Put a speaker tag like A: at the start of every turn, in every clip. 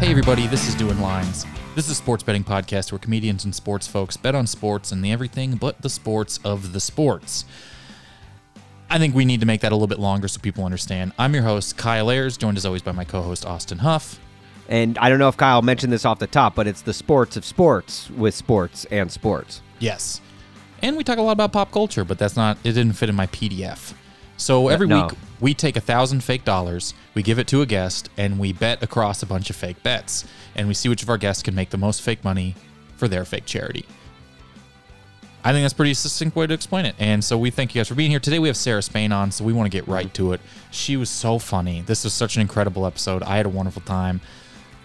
A: Hey, everybody, this is Doing Lines. This is a sports betting podcast where comedians and sports folks bet on sports and the everything but the sports of the sports. I think we need to make that a little bit longer so people understand. I'm your host, Kyle Ayers, joined as always by my co host, Austin Huff.
B: And I don't know if Kyle mentioned this off the top, but it's the sports of sports with sports and sports.
A: Yes. And we talk a lot about pop culture, but that's not, it didn't fit in my PDF. So every
B: no.
A: week, we take a thousand fake dollars, we give it to a guest, and we bet across a bunch of fake bets. And we see which of our guests can make the most fake money for their fake charity. I think that's a pretty succinct way to explain it. And so we thank you guys for being here. Today we have Sarah Spain on, so we want to get right to it. She was so funny. This was such an incredible episode. I had a wonderful time.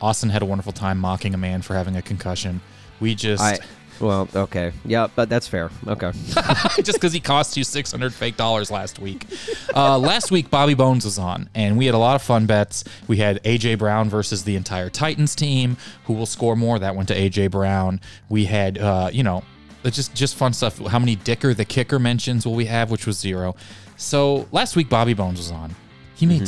A: Austin had a wonderful time mocking a man for having a concussion. We just
B: I well, okay. Yeah, but that's fair. Okay.
A: just because he cost you 600 fake dollars last week. Uh, last week, Bobby Bones was on, and we had a lot of fun bets. We had A.J. Brown versus the entire Titans team. Who will score more? That went to A.J. Brown. We had, uh, you know, it's just, just fun stuff. How many Dicker the Kicker mentions will we have, which was zero. So last week, Bobby Bones was on. He made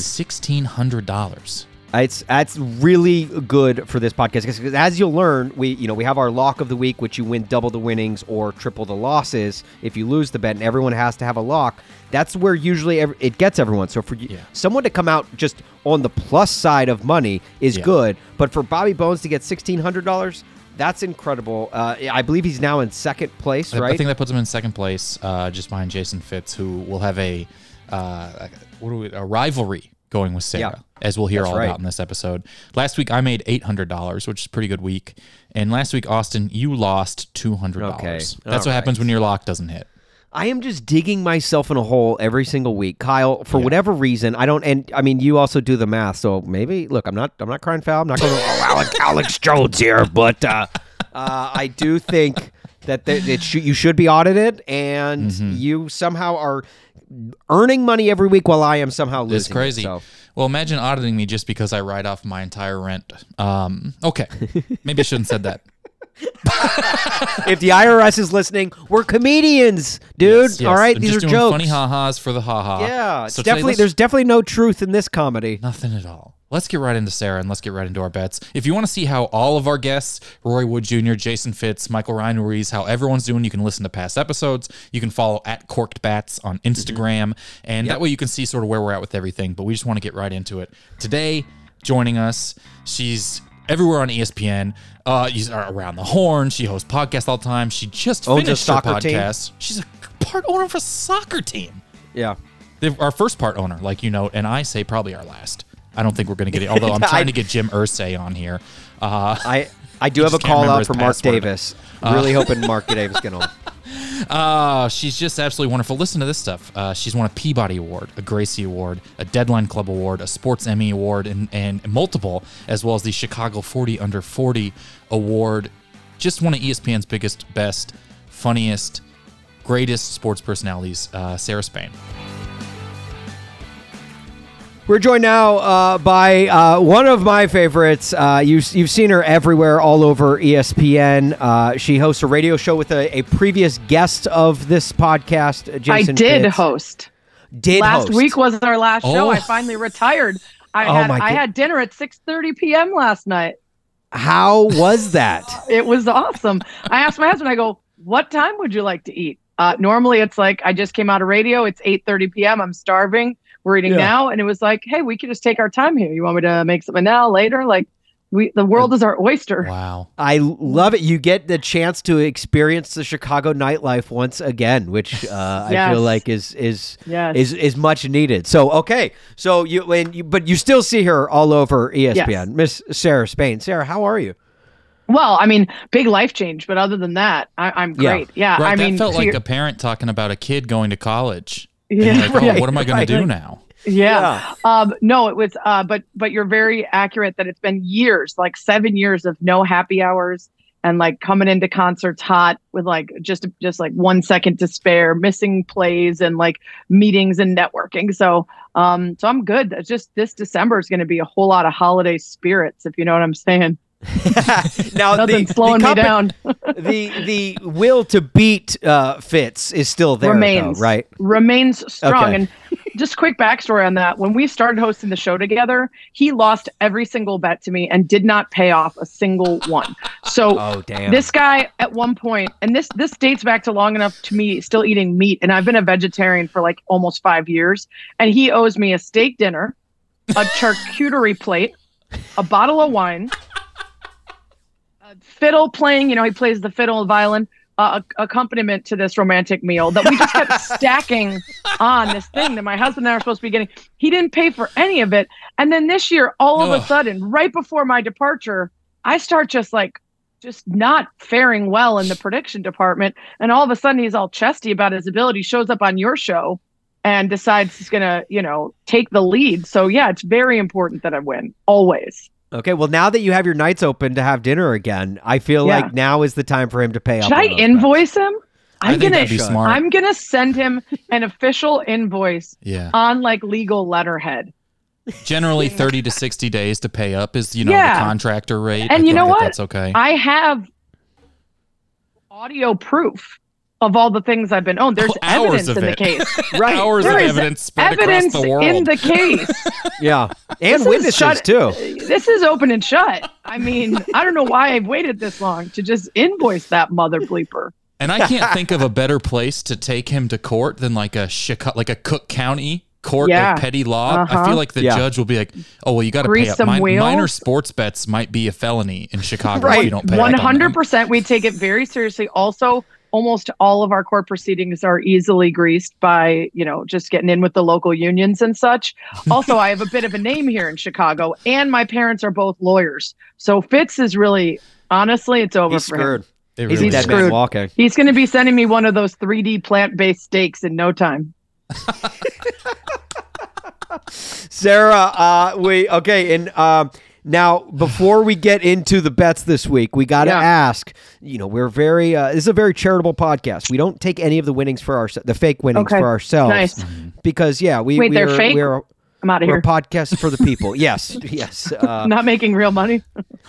A: $1,600.
B: It's that's really good for this podcast because as you'll learn, we you know we have our lock of the week, which you win double the winnings or triple the losses if you lose the bet, and everyone has to have a lock. That's where usually ev- it gets everyone. So for you,
A: Yeah.
B: someone to come out just on the plus side of money is
A: Yeah.
B: good, but for Bobby Bones to get sixteen hundred dollars, that's incredible. Uh, I believe he's now in second place,
A: I-
B: right?
A: I think that puts him in second place, uh, just behind Jason Fitz, who will have a uh, like a- what do we, a rivalry going with Sarah, as we'll hear all
B: right.
A: about in this episode. Last week I made eight hundred dollars, which is a pretty good week, and last week Austin you lost two hundred dollars.
B: Okay.
A: That's
B: All
A: what happens when your lock doesn't hit.
B: I am just digging myself in a hole every single week, Kyle. For whatever reason, I don't. And I mean, you also do the math, so maybe look, I'm not. I'm not crying foul. I'm not going. oh, Alex, Alex Jones here, but uh, uh, I do think that th- it should you should be audited, and
A: Mm-hmm.
B: you somehow are earning money every week while I am somehow losing.
A: It's
B: it,
A: crazy.
B: so.
A: Well, imagine auditing me just because I write off my entire rent. Um, okay, maybe I shouldn't said that.
B: if the IRS is listening, we're comedians, dude.
A: Yes,
B: All right,
A: I'm
B: these
A: just
B: are
A: doing
B: jokes.
A: Funny ha ha's for the ha ha.
B: Yeah, it's
A: So today,
B: definitely
A: let's-
B: there's definitely no truth in this comedy.
A: Nothing at all. Let's get right into Sarah and let's get right into our bets. If you want to see how all of our guests, Roy Wood Jr., Jason Fitz, Michael Ryan Ruiz, how everyone's doing, you can listen to past episodes. You can follow at Corked Bats on Instagram.
B: Mm-hmm.
A: And that way you can see sort of where we're at with everything. But we just want to get right into it. Today, joining us, she's everywhere on E ESPN. Uh, she's around the horn. She hosts podcasts all the time. She just
B: Owns a
A: finished her
B: soccer team.
A: podcast. She's a part owner of a soccer team
B: Yeah.
A: the, our first part owner, like you know, and I say probably our last. I don't think we're going to get it. Although I'm
B: I-
A: trying to get Jim Ursay on here. Uh,
B: I I do
A: You
B: have a
A: just can't
B: call
A: remember
B: out
A: his
B: for Mark
A: password.
B: Davis. really hoping Mark Davis can on.
A: uh, she's just absolutely wonderful. Listen to this stuff. Uh, she's won a Peabody Award, a Gracie Award, a Deadline Club Award, a Sports Emmy Award, and, and multiple, as well as the Chicago 40 Under 40 Award. Just one of E ESPN's biggest, best, funniest, greatest sports personalities, uh, Sarah Spain.
B: We're joined now uh, by uh, one of my favorites. Uh, you, you've seen her everywhere, all over E ESPN. Uh, she hosts a radio show with a, a previous guest of this podcast, uh, Jason.
C: I did
B: Fitz.
C: host.
B: Did
C: last
B: host.
C: week was our last
A: Oh.
C: show. I finally retired. I
B: Oh
C: had
B: my
C: I
B: good-
C: had dinner at 6:30 p.m. last night.
B: How was that?
C: It was awesome. I asked my husband. I go, "What time would you like to eat?" Uh, normally, it's like I just came out of radio. It's 8:30 p.m. I'm starving. We're eating
B: Yeah.
C: now, and it was like, "Hey, we could just take our time here. You want me to make something now, later? Like, we the world is our oyster."
A: Wow.
B: I love it. You get the chance to experience the Chicago nightlife once again, which uh, I
C: Yes.
B: feel like is is
C: Yes.
B: is is much needed. So okay, so you and you, but you still see her all over E ESPN.
C: Yes.
B: Miss Sarah Spain, Sarah, how are you?
C: well, I mean, big life change, but other than that, I, I'm
B: Yeah.
C: great. Yeah,
A: Right,
C: I
A: that
C: mean,
A: felt
C: to
A: like
C: your-
A: a parent talking about a kid going to college. And
C: yeah,
A: you're like, oh,
C: right.
A: what am I going
B: right.
A: to do now?
C: yeah. Um, no, it was. Uh, but but you're very accurate that it's been years, like seven years of no happy hours and like coming into concerts hot with like just just like one second to spare, missing plays and like meetings and networking. So um, so I'm good. It's just this December is going to be a whole lot of holiday spirits, if you know what I'm saying.
B: now the,
C: Nothing's slowing
B: the
C: me down.
B: compa- the the will to beat uh, Fitz is still there, though,
C: Remains.
B: right?
C: Remains strong
B: Okay.
C: and just quick backstory on that. When we started hosting the show together, he lost every single bet to me and did not pay off a single one. So
B: Oh damn.
C: this guy at one point, and this this dates back to long enough to me still eating meat, and I've been a vegetarian for like almost five years, and he owes me a steak dinner, a charcuterie plate, a bottle of wine, a fiddle playing. You know, he plays the fiddle and violin. Uh, ac- accompaniment to this romantic meal that we just kept stacking on this thing that my husband and I are supposed to be getting. He didn't pay for any of it. And then this year, all of
A: Ugh.
C: a sudden, right before my departure, I start just like, just not faring well in the prediction department. And all of a sudden, he's all chesty about his ability, shows up on your show and decides he's going to, you know, take the lead. So, yeah, it's very important that I win always.
B: okay, well now that you have your nights open to have dinner again, I feel
C: Yeah.
B: like now is the time for him to pay up.
C: Should I
B: on those
C: invoice him?
A: I
C: I'm
A: think
C: gonna
A: that'd be
B: shut-
A: smart.
C: I'm gonna send him an official invoice
A: yeah.
C: on like legal letterhead.
A: Generally, 30 to 60 days to pay up is, you know,
C: Yeah.
A: the contractor rate.
C: And you
A: think
C: know
A: that
C: what?
A: That's okay.
C: I have audio proof of all the things I've been owned. There's
A: Oh, hours
C: evidence
A: of
C: in the
A: it.
C: case.
B: bets. Right.
A: Hours of
C: There is
A: evidence spread
C: evidence
A: across the world.
C: in the case.
B: Yeah. And
C: is
B: witnesses
C: shut-
B: too.
C: this is open and shut. I mean, I don't know why I've waited this long to just invoice that mother bleeper.
A: And I can't think of a better place to take him to court than like a Chicago, like a Cook County court
C: Yeah.
A: of petty law. I
C: Uh-huh.
A: feel like the
B: Yeah.
A: judge will be like, "Oh well, you got to pay
C: Grease
A: up.
C: some
A: Min-
C: wheels."
A: minor sports bets might be a felony in Chicago if
B: Right.
A: you don't pay up on
C: One
A: them."
C: hundred percent, we take it very seriously. Also, almost all of our court proceedings are easily greased by you know just getting in with the local unions and such. Also, I have a bit of a name here in Chicago, and my parents are both lawyers, so Fitz is really honestly, it's over
B: He's
C: for him.
B: screwed.
A: It
C: Is
A: really
C: he
A: is.
B: Dead
C: screwed?
B: man walking.
C: He's going to be sending me one of those 3D plant based steaks in no time.
B: Sarah, uh, we okay, and um, now before we get into the bets this week, we got to
C: Yeah.
B: ask. You know, we're very uh, this is a very charitable podcast. We don't take any of the winnings for our the fake winnings
C: Okay.
B: for ourselves Mm-hmm.
C: Nice.
B: because yeah, we
C: Wait,
B: we
C: they're
B: are,
C: fake?
B: We are,
C: I'm out of
B: we're a
C: here.
B: podcast for the people. yes, yes. Uh,
C: Not making real money.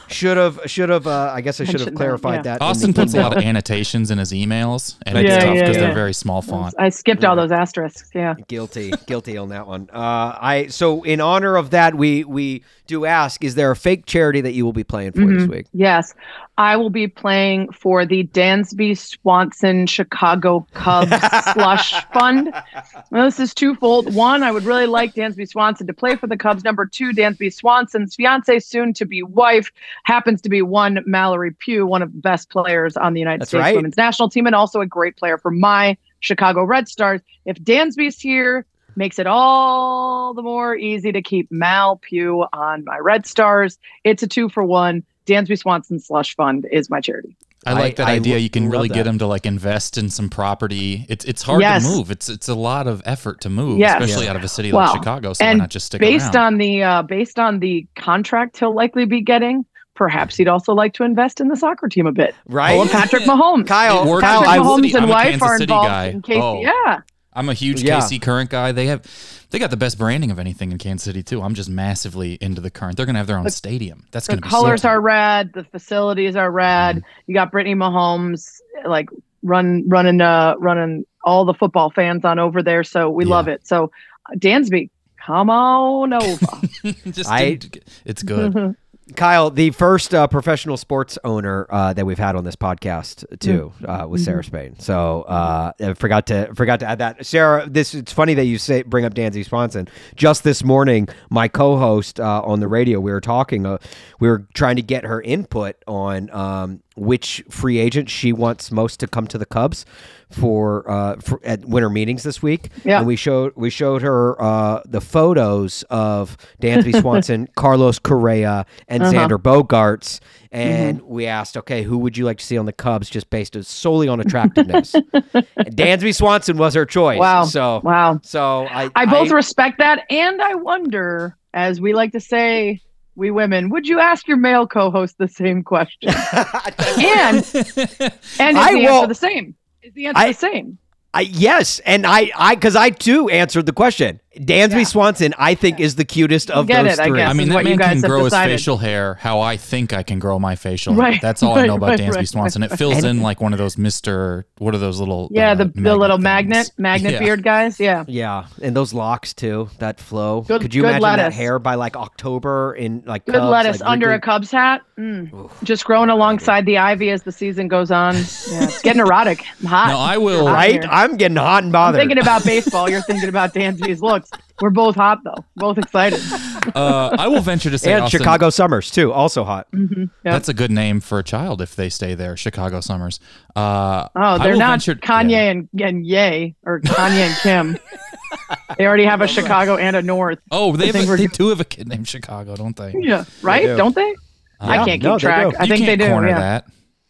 B: should have should have. Uh, I guess I should have
C: Mention that,
B: clarified
C: yeah.
B: that. in
A: Austin
B: the
A: puts a
B: email.
A: lot of annotations in his emails, and
B: I
A: it's
B: do.
A: tough
B: Yeah,
A: because
B: yeah,
A: they're
B: yeah.
A: very small font.
C: I skipped all those asterisks. Yeah.
B: guilty guilty on that one uh i so in honor of that we we do ask is there a fake charity that you will be playing for this
C: Mhm.
B: week
C: Yes. I will be playing for the Dansby Swanson Chicago Cubs slush fund. Well, this is twofold. One, I would really like Dansby Swanson to play for the Cubs. Number two, Dansby Swanson's fiance, soon to be wife, happens to be one Mallory Pugh, one of the best players on the United
B: That's
C: States
B: right.
C: women's national team, and also a great player for my Chicago Red Stars. If Dansby's here, makes it all the more easy to keep Mal Pugh on my Red Stars. It's a two for one. Dansby Swanson Slush Fund is my charity.
A: I like that
B: I- I
A: idea.
B: lo-
A: you can
B: love
A: really get
B: that.
A: him to like invest in some property. It's it's hard
C: Yes.
A: to move. It's it's a lot of effort to move,
C: Yes.
A: especially out of a city
C: Wow.
A: like Chicago. So
C: And
A: why not just stick
C: Based
A: around?
C: on the uh, based on the contract he'll likely be getting, perhaps he'd also like to invest in the soccer team a bit.
B: right
C: Well, and Patrick Mahomes.
B: Kyle,
A: It works
B: Kyle,
A: in
C: Patrick
B: I
A: Kansas
B: will.
C: Mahomes
A: City.
C: and
A: I'm a
C: wife
A: Kansas
C: are
A: City
C: involved
A: guy.
C: in case,
A: Oh.
C: yeah.
A: I'm a huge
B: Yeah.
A: KC Current guy. They have they got the best branding of anything in Kansas City too. I'm just massively into the Current. They're gonna have their own
C: The-
A: stadium. That's
C: The
A: gonna be
C: colors
A: so Mm-hmm. tight.
C: are red. The facilities are red. You got Brittany Mahomes like run running uh running all the football fans on over there. So we
A: Yeah.
C: love it. So uh, Dansby, come on over.
A: just
B: I-
A: to- it's good.
B: Kyle, the first uh, professional sports owner uh, that we've had on this
A: Mm-hmm.
B: podcast too, uh, was Sarah Spain. So uh, I forgot to forgot to add that. Sarah, this it's funny that you say bring up Danzy Swanson. Just this morning, my co-host uh, on the radio, we were talking, uh, we were trying to get her input on um, which free agent she wants most to come to the Cubs for, uh, for at winter meetings this week.
C: Yeah.
B: And we showed we showed her uh, the photos of Dansby Swanson, Carlos Correa, and
C: Uh-huh. Mm-hmm.
B: Xander Bogarts, and we asked, okay, who would you like to see on the Cubs, just based solely on attractiveness? And Dansby Swanson was her choice.
C: Wow.
B: So
C: wow.
B: so I
C: I both respect that and I wonder, as we like to say, we women, would you ask your male co-host the same question? and and is
B: I
C: the
B: will-
C: answer the same? Is the answer
B: I-
C: the same?
B: I, yes, and I, I, because I too answered the question. Dansby
C: Yeah.
B: Swanson, I think, is the cutest of
C: get
B: those
C: it, I
B: three.
A: I
C: guess.
A: mean,
C: is
A: that
C: what you
A: man can
C: guys have
A: grow
C: decided.
A: his facial hair how I think I can grow my facial hair.
C: Right,
A: That's all I
C: right,
A: know about
C: right,
A: Dansby
C: right,
A: Swanson. It fills
B: And-
A: in like one of those Mr. What are those little.
C: Yeah,
A: uh,
C: the, the little
A: things.
C: magnet, magnet
A: Yeah.
C: beard guys. Yeah.
B: Yeah, and those locks too. That flow.
C: Good-
B: Could you
C: good
B: imagine that
C: lettuce.
B: hair by like October in like
C: Good
B: Cubs,
C: lettuce
B: like,
C: under a
B: Wrigley-
C: Cubs hat. Mm.
B: Oof.
C: Just growing alongside the ivy as the season goes on. Yeah, it's getting erotic. I'm hot.
A: Now, I will.
C: Right.
B: Right? I'm getting hot and
C: I'm
B: bothered.
C: thinking about baseball. You're thinking about Dansby's looks. We're both hot though. Both excited.
A: Uh, I will venture to say
B: and
A: Austin,
B: Chicago summers too, also hot.
C: Yep.
A: That's a good name for a child if they stay there. Chicago summers. Uh,
C: Oh,
A: I
C: they're
A: will
C: not
A: venture-
C: Kanye
A: yeah.
C: and, and Ye or Kanye and Kim. they already have a Chicago and a North.
A: Oh, they,
C: I
A: have
C: think
A: a,
C: we're-
A: they do have a kid named Chicago, don't they?
C: Yeah, right?
B: do.
C: Don't they? I
A: Yeah.
C: can't keep
B: No, they
C: track.
B: do.
C: I
A: You
C: think
A: can't
C: they do.
A: corner
C: Yeah.
A: that.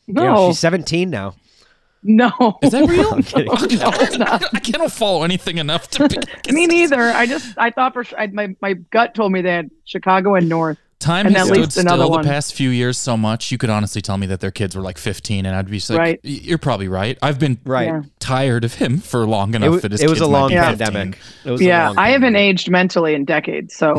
B: Yeah,
C: No,
B: she's 17 now.
C: no.
A: Is that real? Oh,
B: I'm kidding.
C: No, it's not.
A: I don't follow anything enough to be.
C: Me neither. I just I thought for sure. I, my my gut told me they had Chicago and North.
A: Time
C: And
A: has
C: at
A: stood
C: least another
A: still
C: one.
A: the past few years so much. You could honestly tell me that their kids were like 15, and I'd be just like,
C: Right.
A: "Y- "You're probably right." I've been
B: Right.
C: Yeah.
A: tired of him for long
B: It,
A: enough.
B: was,
A: that his
B: it was
A: kids
B: a
A: might
B: long
A: be
C: Yeah.
A: 15.
B: pandemic. It was a
C: Yeah,
B: long
C: I haven't e-,
B: pandemic.
C: aged mentally in decades, so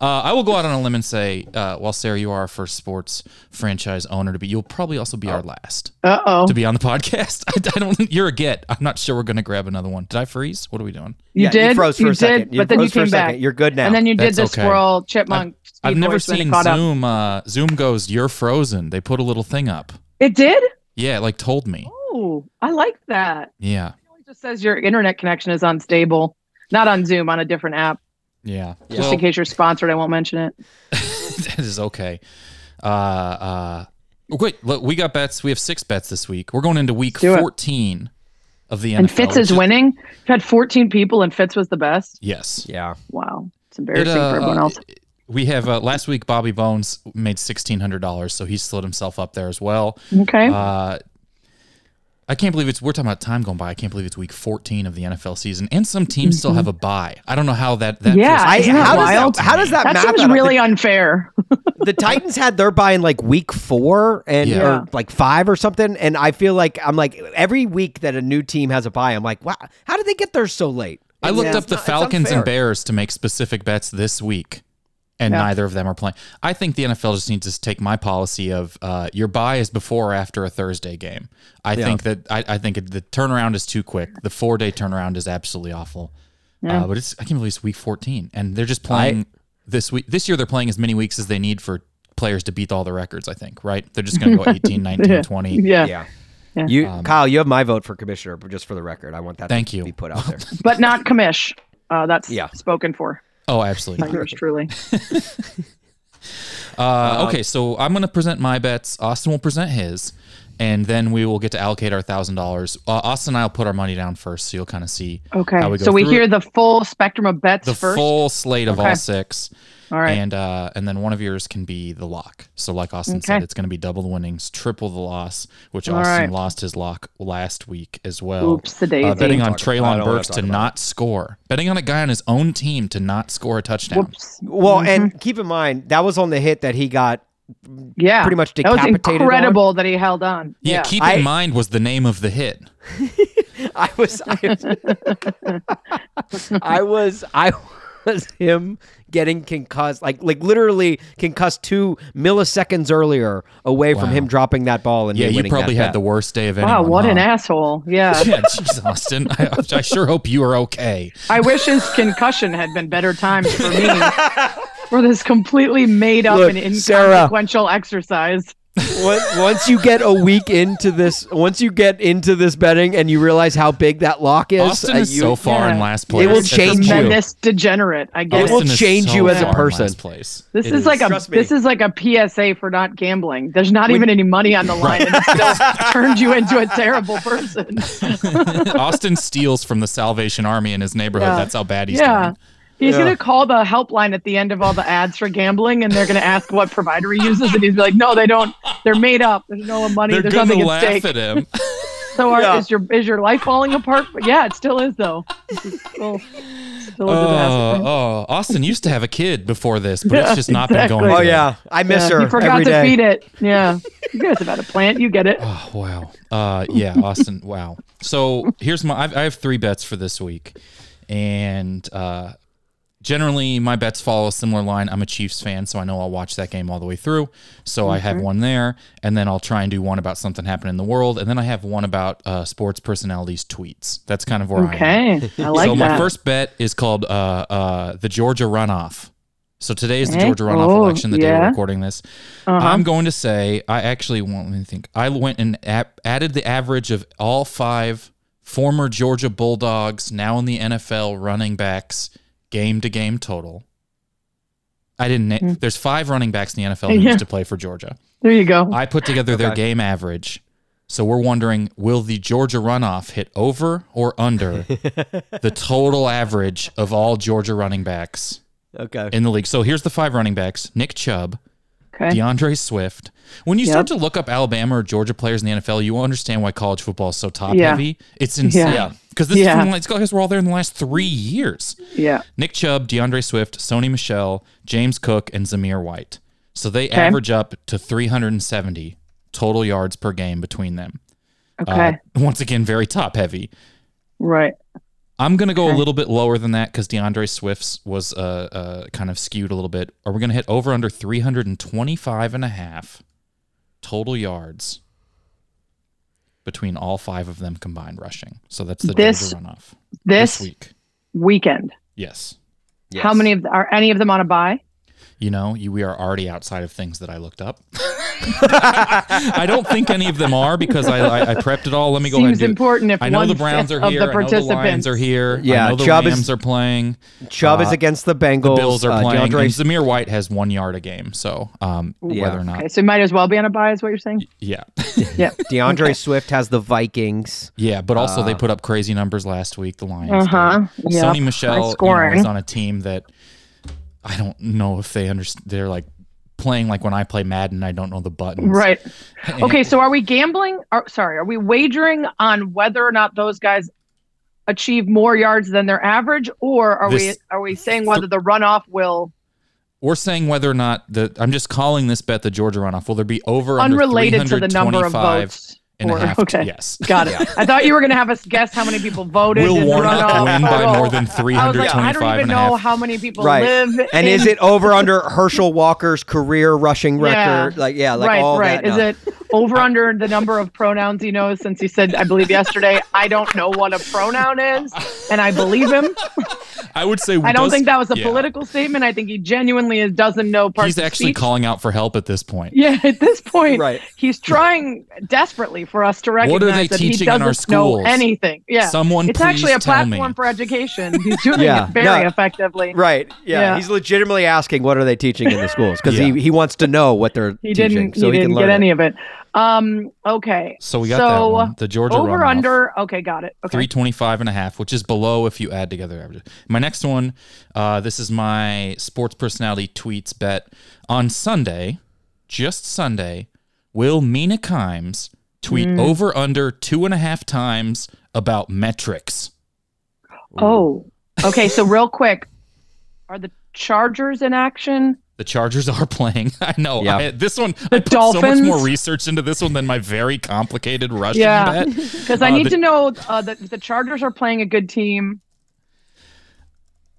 A: Uh, I will go out on a limb and say, uh, while Sarah, you are our first sports franchise owner to be, you'll probably also be our last
C: uh oh.
A: to be on the podcast. I, I don't. You're a get. I'm not sure we're going to grab another one. Did I freeze? What are we doing?
C: You
B: Yeah,
C: did.
B: You froze for a
C: did,
B: second. You
C: but then you
B: froze for a
C: came back,
B: second. You're good now.
C: and then you did
A: That's
C: the
A: okay.
C: squirrel chipmunk. speed
A: I've never
C: voice when it
A: seen
C: caught up.
A: Zoom. Uh, Zoom goes. You're frozen. They put a little thing up.
C: It did.
A: Yeah, it, like told me.
C: Oh, I like that.
A: Yeah,
C: It just says your internet connection is unstable. Not on Zoom, on a different app.
A: yeah.
B: Yeah.
C: Just
A: Well,
C: in case you're sponsored, I won't mention it.
A: that is okay. Uh, uh, wait, look, we got bets. We have six bets this week. We're going into week
C: do it.
A: 14 of the NFL.
C: And Fitz
A: which
C: is winning. We've had 14 people, and Fitz was the best.
A: Yes.
B: yeah.
C: Wow, it's
A: It,
C: embarrassing
A: uh,
C: for everyone
A: uh,
C: else.
A: we have uh, last week. Bobby Bones made sixteen hundred dollars, so he slid himself up there as well.
C: Okay.
A: Uh, I can't believe it's we're talking about time going by. I can't believe it's week fourteen of the NFL season, and some teams still have a bye. I don't know how that. that
C: Mm-hmm. Yeah,
A: feels-
B: I,
C: Isn't that
B: how, does
C: wild?
B: that, how does that
C: that
B: map
C: seems
B: out?
C: really unfair.
B: the, the Titans had their buy in like week four and
A: Yeah.
B: or like five or something, and I feel like I'm like every week that a new team has a buy, I'm like, wow, how did they get there so late?
A: I looked
B: It's
A: up the
B: not- it's
A: Falcons and
B: unfair.
A: Bears to make specific bets this week, and
C: Yeah.
A: neither of them are playing. I think the NFL just needs to take my policy of uh, your buy is before or after a Thursday game. I
B: Yeah.
A: think that I, I think it- the turnaround is too quick. The four day turnaround is absolutely awful.
C: Yeah.
A: Uh, but it's I can't believe it's week fourteen, and they're just playing this week. This year they're playing as many weeks as they need for players to beat all the records. I think right. They're just going to go 18, 19,
C: Yeah.
A: 20.
C: Yeah.
B: Yeah.
C: Yeah.
B: You, Kyle, you have my vote for commissioner, but just for the record, I want that
A: Um, Thank
B: to
A: you.
B: be put out there.
C: But not commish. Uh, that's
B: Yeah.
C: spoken for.
A: Oh, absolutely.
C: Not yours truly.
A: Uh, okay, so I'm going to present my bets. Austin will present his, and then we will get to allocate our thousand dollars. Uh, Austin and I'll put our money down first, so you'll kind of see
C: Okay.
A: how we go
C: so we
A: through
C: hear
A: it.
C: the full spectrum of bets
A: the
C: first.
A: full slate of all
C: Okay.
A: six,
C: All right.
A: and uh, and then one of yours can be the lock. So, like Austin said,
C: Okay.
A: it's going to be double the winnings, triple the loss, which
C: All
A: Austin
C: right.
A: lost his lock last week as well.
C: Oops, the
A: Uh,
C: daisy.
A: betting on
B: Talk about- I
A: Traylon
B: don't wanna
A: Burks
B: talk
A: to
B: about
A: not score, betting on a guy on his own team to not score a touchdown.
C: Whoops.
B: Well, and keep in mind that was on the hit that he got.
C: Yeah.
B: pretty much
C: That was
B: decapitated on.
C: incredible that he held on.
A: Yeah,
C: Yeah.
A: keep
B: I-
A: in mind was the name of the hit.
B: I was, I was, I was, I was him getting concussed, like like literally concussed two milliseconds earlier away from
A: Wow.
B: him dropping that ball and
A: Yeah,
B: me
A: you
B: winning
A: probably
B: that
A: had the
B: bet.
A: worst day of anyone.
C: wow, what an
A: huh?
C: asshole. Yeah.
A: yeah, jeez, Austin. I, I sure hope you are okay.
C: I wish his concussion had been better timed for me for this completely made up
B: Look,
C: and
B: Sarah.
C: inconsequential exercise.
B: Once- once you get a week into this, once you get into this betting and you realize how big that lock is,
A: Austin
B: uh,
A: is
B: you-
A: so far in
C: yeah.
A: last place.
B: will
A: at this
B: change you.
A: point.
C: Tremendous degenerate. I get
A: Austin
B: It will
C: it.
A: is
B: change
A: so
B: you as a
A: far in
B: person.
A: last place.
C: This
A: It
C: is, like a
B: Trust me.
C: this is like a PSA for not gambling. There's not even any money on the line, and it still turned you into a terrible person.
A: Austin steals from the Salvation Army in his neighborhood.
C: Yeah.
A: That's how bad he's
C: yeah.
A: doing.
C: He's
B: Yeah.
C: gonna call the helpline at the end of all the ads for gambling, and they're gonna ask what provider he uses, and he's like, "No, they don't. They're made up. There's no money.
A: They're
C: There's
A: gonna
C: nothing at
A: laugh
C: stake."
A: at him.
C: So are,
B: Yeah.
C: is your is your life falling apart? But yeah, it still is though. It's still, still a
A: oh,
C: disaster.
A: oh, Austin used to have a kid before this, but it's
C: Yeah,
A: just not been
C: exactly.
A: going.
B: Oh
A: good.
B: yeah, I miss
C: yeah,
B: her
C: you forgot
B: every
C: to
B: day.
C: feed it. Yeah, you guys about a plant. You get it.
A: Oh wow. Uh, yeah, Austin. wow. So here's my. I've, I have three bets for this week, and uh, generally my bets follow a similar line. I'm a Chiefs fan, so I know I'll watch that game all the way through. So I have one there, and then I'll try and do one about something happening in the world, and then I have one about uh, sports personalities' tweets. That's kind of where I am.
C: Okay, I like
A: so
C: that.
A: my first bet is called uh, uh, the Georgia runoff. So today is the
C: Okay.
A: Georgia runoff
C: Oh,
A: election. The day we're
C: yeah.
A: recording this,
C: Uh-huh.
A: I'm going to say I actually want let me think. I went and ap- added the average of all five former Georgia Bulldogs now in the NFL running backs game to game total. I didn't. na-
C: Hmm.
A: There's five running backs in the NFL who
C: Yeah.
A: used to play for Georgia.
C: there you go.
A: I put together their
B: Okay.
A: game average. So we're wondering, will the Georgia runoff hit over or under the total average of all Georgia running backs
B: okay.
A: in the league? So here's the five running backs: Nick Chubb,
C: Okay.
A: DeAndre Swift. When you
C: Yep.
A: start to look up Alabama or Georgia players in the NFL, you will understand why college football is so top
C: Yeah.
A: heavy. It's insane.
C: Yeah.
A: Because this
C: Yeah.
A: is from, like, guys were all there in the last three years.
C: Yeah.
A: Nick Chubb, DeAndre Swift, Sony Michelle, James Cook, and Zamir White. So they average up to 370 total yards per game between them. Uh,
C: Okay.
A: once again, very top heavy.
C: right.
A: I'm going to go a
C: Okay.
A: little bit lower than that because DeAndre Swift's was uh, uh, kind of skewed a little bit. Are we going to hit over under 325 and a half total yards between all five of them combined rushing? So that's the
C: This-
A: Georgia runoff
C: This,
A: week.
C: weekend.
A: Yes.
C: How many of are any of them on a buy?
A: You know, you, we are already outside of things that I looked up. I don't think any of them are because I, I, I prepped it all. Let me go
C: Seems
A: ahead and do it.
C: important if
A: I know
C: one
A: the Browns
C: fifth
A: are here. I know
C: of the
A: the
C: participants
A: Lions are here.
B: Yeah,
A: I know the
B: Chubb is-
A: Rams are playing.
B: Chubb is
A: Uh,
B: against the Bengals.
A: the Bills are
B: uh,
A: playing. and
B: DeAndre
A: Zamir White has one yard a game, so um,
B: Yeah.
A: whether or not,
C: Okay, so you might as well be on a buy, is what you're saying?
A: yeah,
B: DeAndre Swift has the Vikings.
A: yeah. But also, they
B: Uh,
A: put up crazy numbers last week. The Lions.
C: Uh huh.
A: did.
C: Yeah.
A: Sony Michelle you know,
C: scoring.
A: is on a team that I don't know if they understand. They're like playing like when I play Madden. I don't know the buttons.
C: Right.
A: And-
C: Okay. So are we gambling? Or, sorry, are we wagering on whether or not those guys achieve more yards than their average, or are
A: This-
C: we are we saying whether the runoff will
A: We're saying whether or not the I'm just calling this bet the Georgia runoff. Will there be over under
C: unrelated to the number of
A: 325
C: votes?
A: and a
C: or-
A: half?
C: okay.
A: Yes.
C: Got it. I thought you were going to have us guess how many people voted.
A: Will
C: in the
A: Warnock
C: runoff
A: win by
C: total.
A: more than 325
C: I was like, I don't even
A: and a half
C: know how many people
B: Right.
C: live.
B: And
C: in-
B: is it over under Herschel Walker's career rushing
C: Yeah.
B: record? Like yeah, like
C: right,
B: all
C: right.
B: that.
C: Is
B: no.
C: it over under the number of pronouns he knows? Since he said, I believe yesterday, I don't know what a pronoun is, and I believe him.
A: I would say
C: I don't think that was a
A: yeah.
C: political statement. I think he genuinely is, doesn't know parts.
A: He's
C: of
A: actually
C: speech.
A: calling out for help at this point.
C: Yeah, at this point,
B: Right.
C: he's trying desperately for us to recognize
A: What are they
C: that he
A: teaching in
C: doesn't
A: our
C: know
A: schools?
C: anything. Yeah,
A: Someone
C: it's
A: please
C: actually a
A: tell me.
C: platform for education. He's doing
B: Yeah.
C: it very
B: No.
C: effectively.
B: Right. Yeah.
C: Yeah.
B: He's legitimately asking what are they teaching in the schools because
A: Yeah.
B: he, he wants to know what they're
C: He
B: teaching
C: didn't.
B: so he,
C: he, didn't
B: can learn
C: get
B: it.
C: any of it. Um. Okay.
A: So we got that
C: So,
A: one. The Georgia
C: Over
A: runoff,
C: under. Okay, got it. Okay.
A: 325 and a half, which is below if you add together averages. My next one, uh, this is my sports personality tweets bet. On Sunday, just Sunday, will Mina Kimes tweet
C: Hmm.
A: over under two and a half times about metrics?
C: Oh, okay. So real quick, are the Chargers in action?
A: The Chargers are playing. I know.
B: Yeah.
A: I, this one, I put so much
C: Dolphins?
A: more research into this one than my very complicated Russian
C: Yeah.
A: bet.
C: Because I
A: Uh,
C: need
A: the-
C: to know uh, that the Chargers are playing a good team,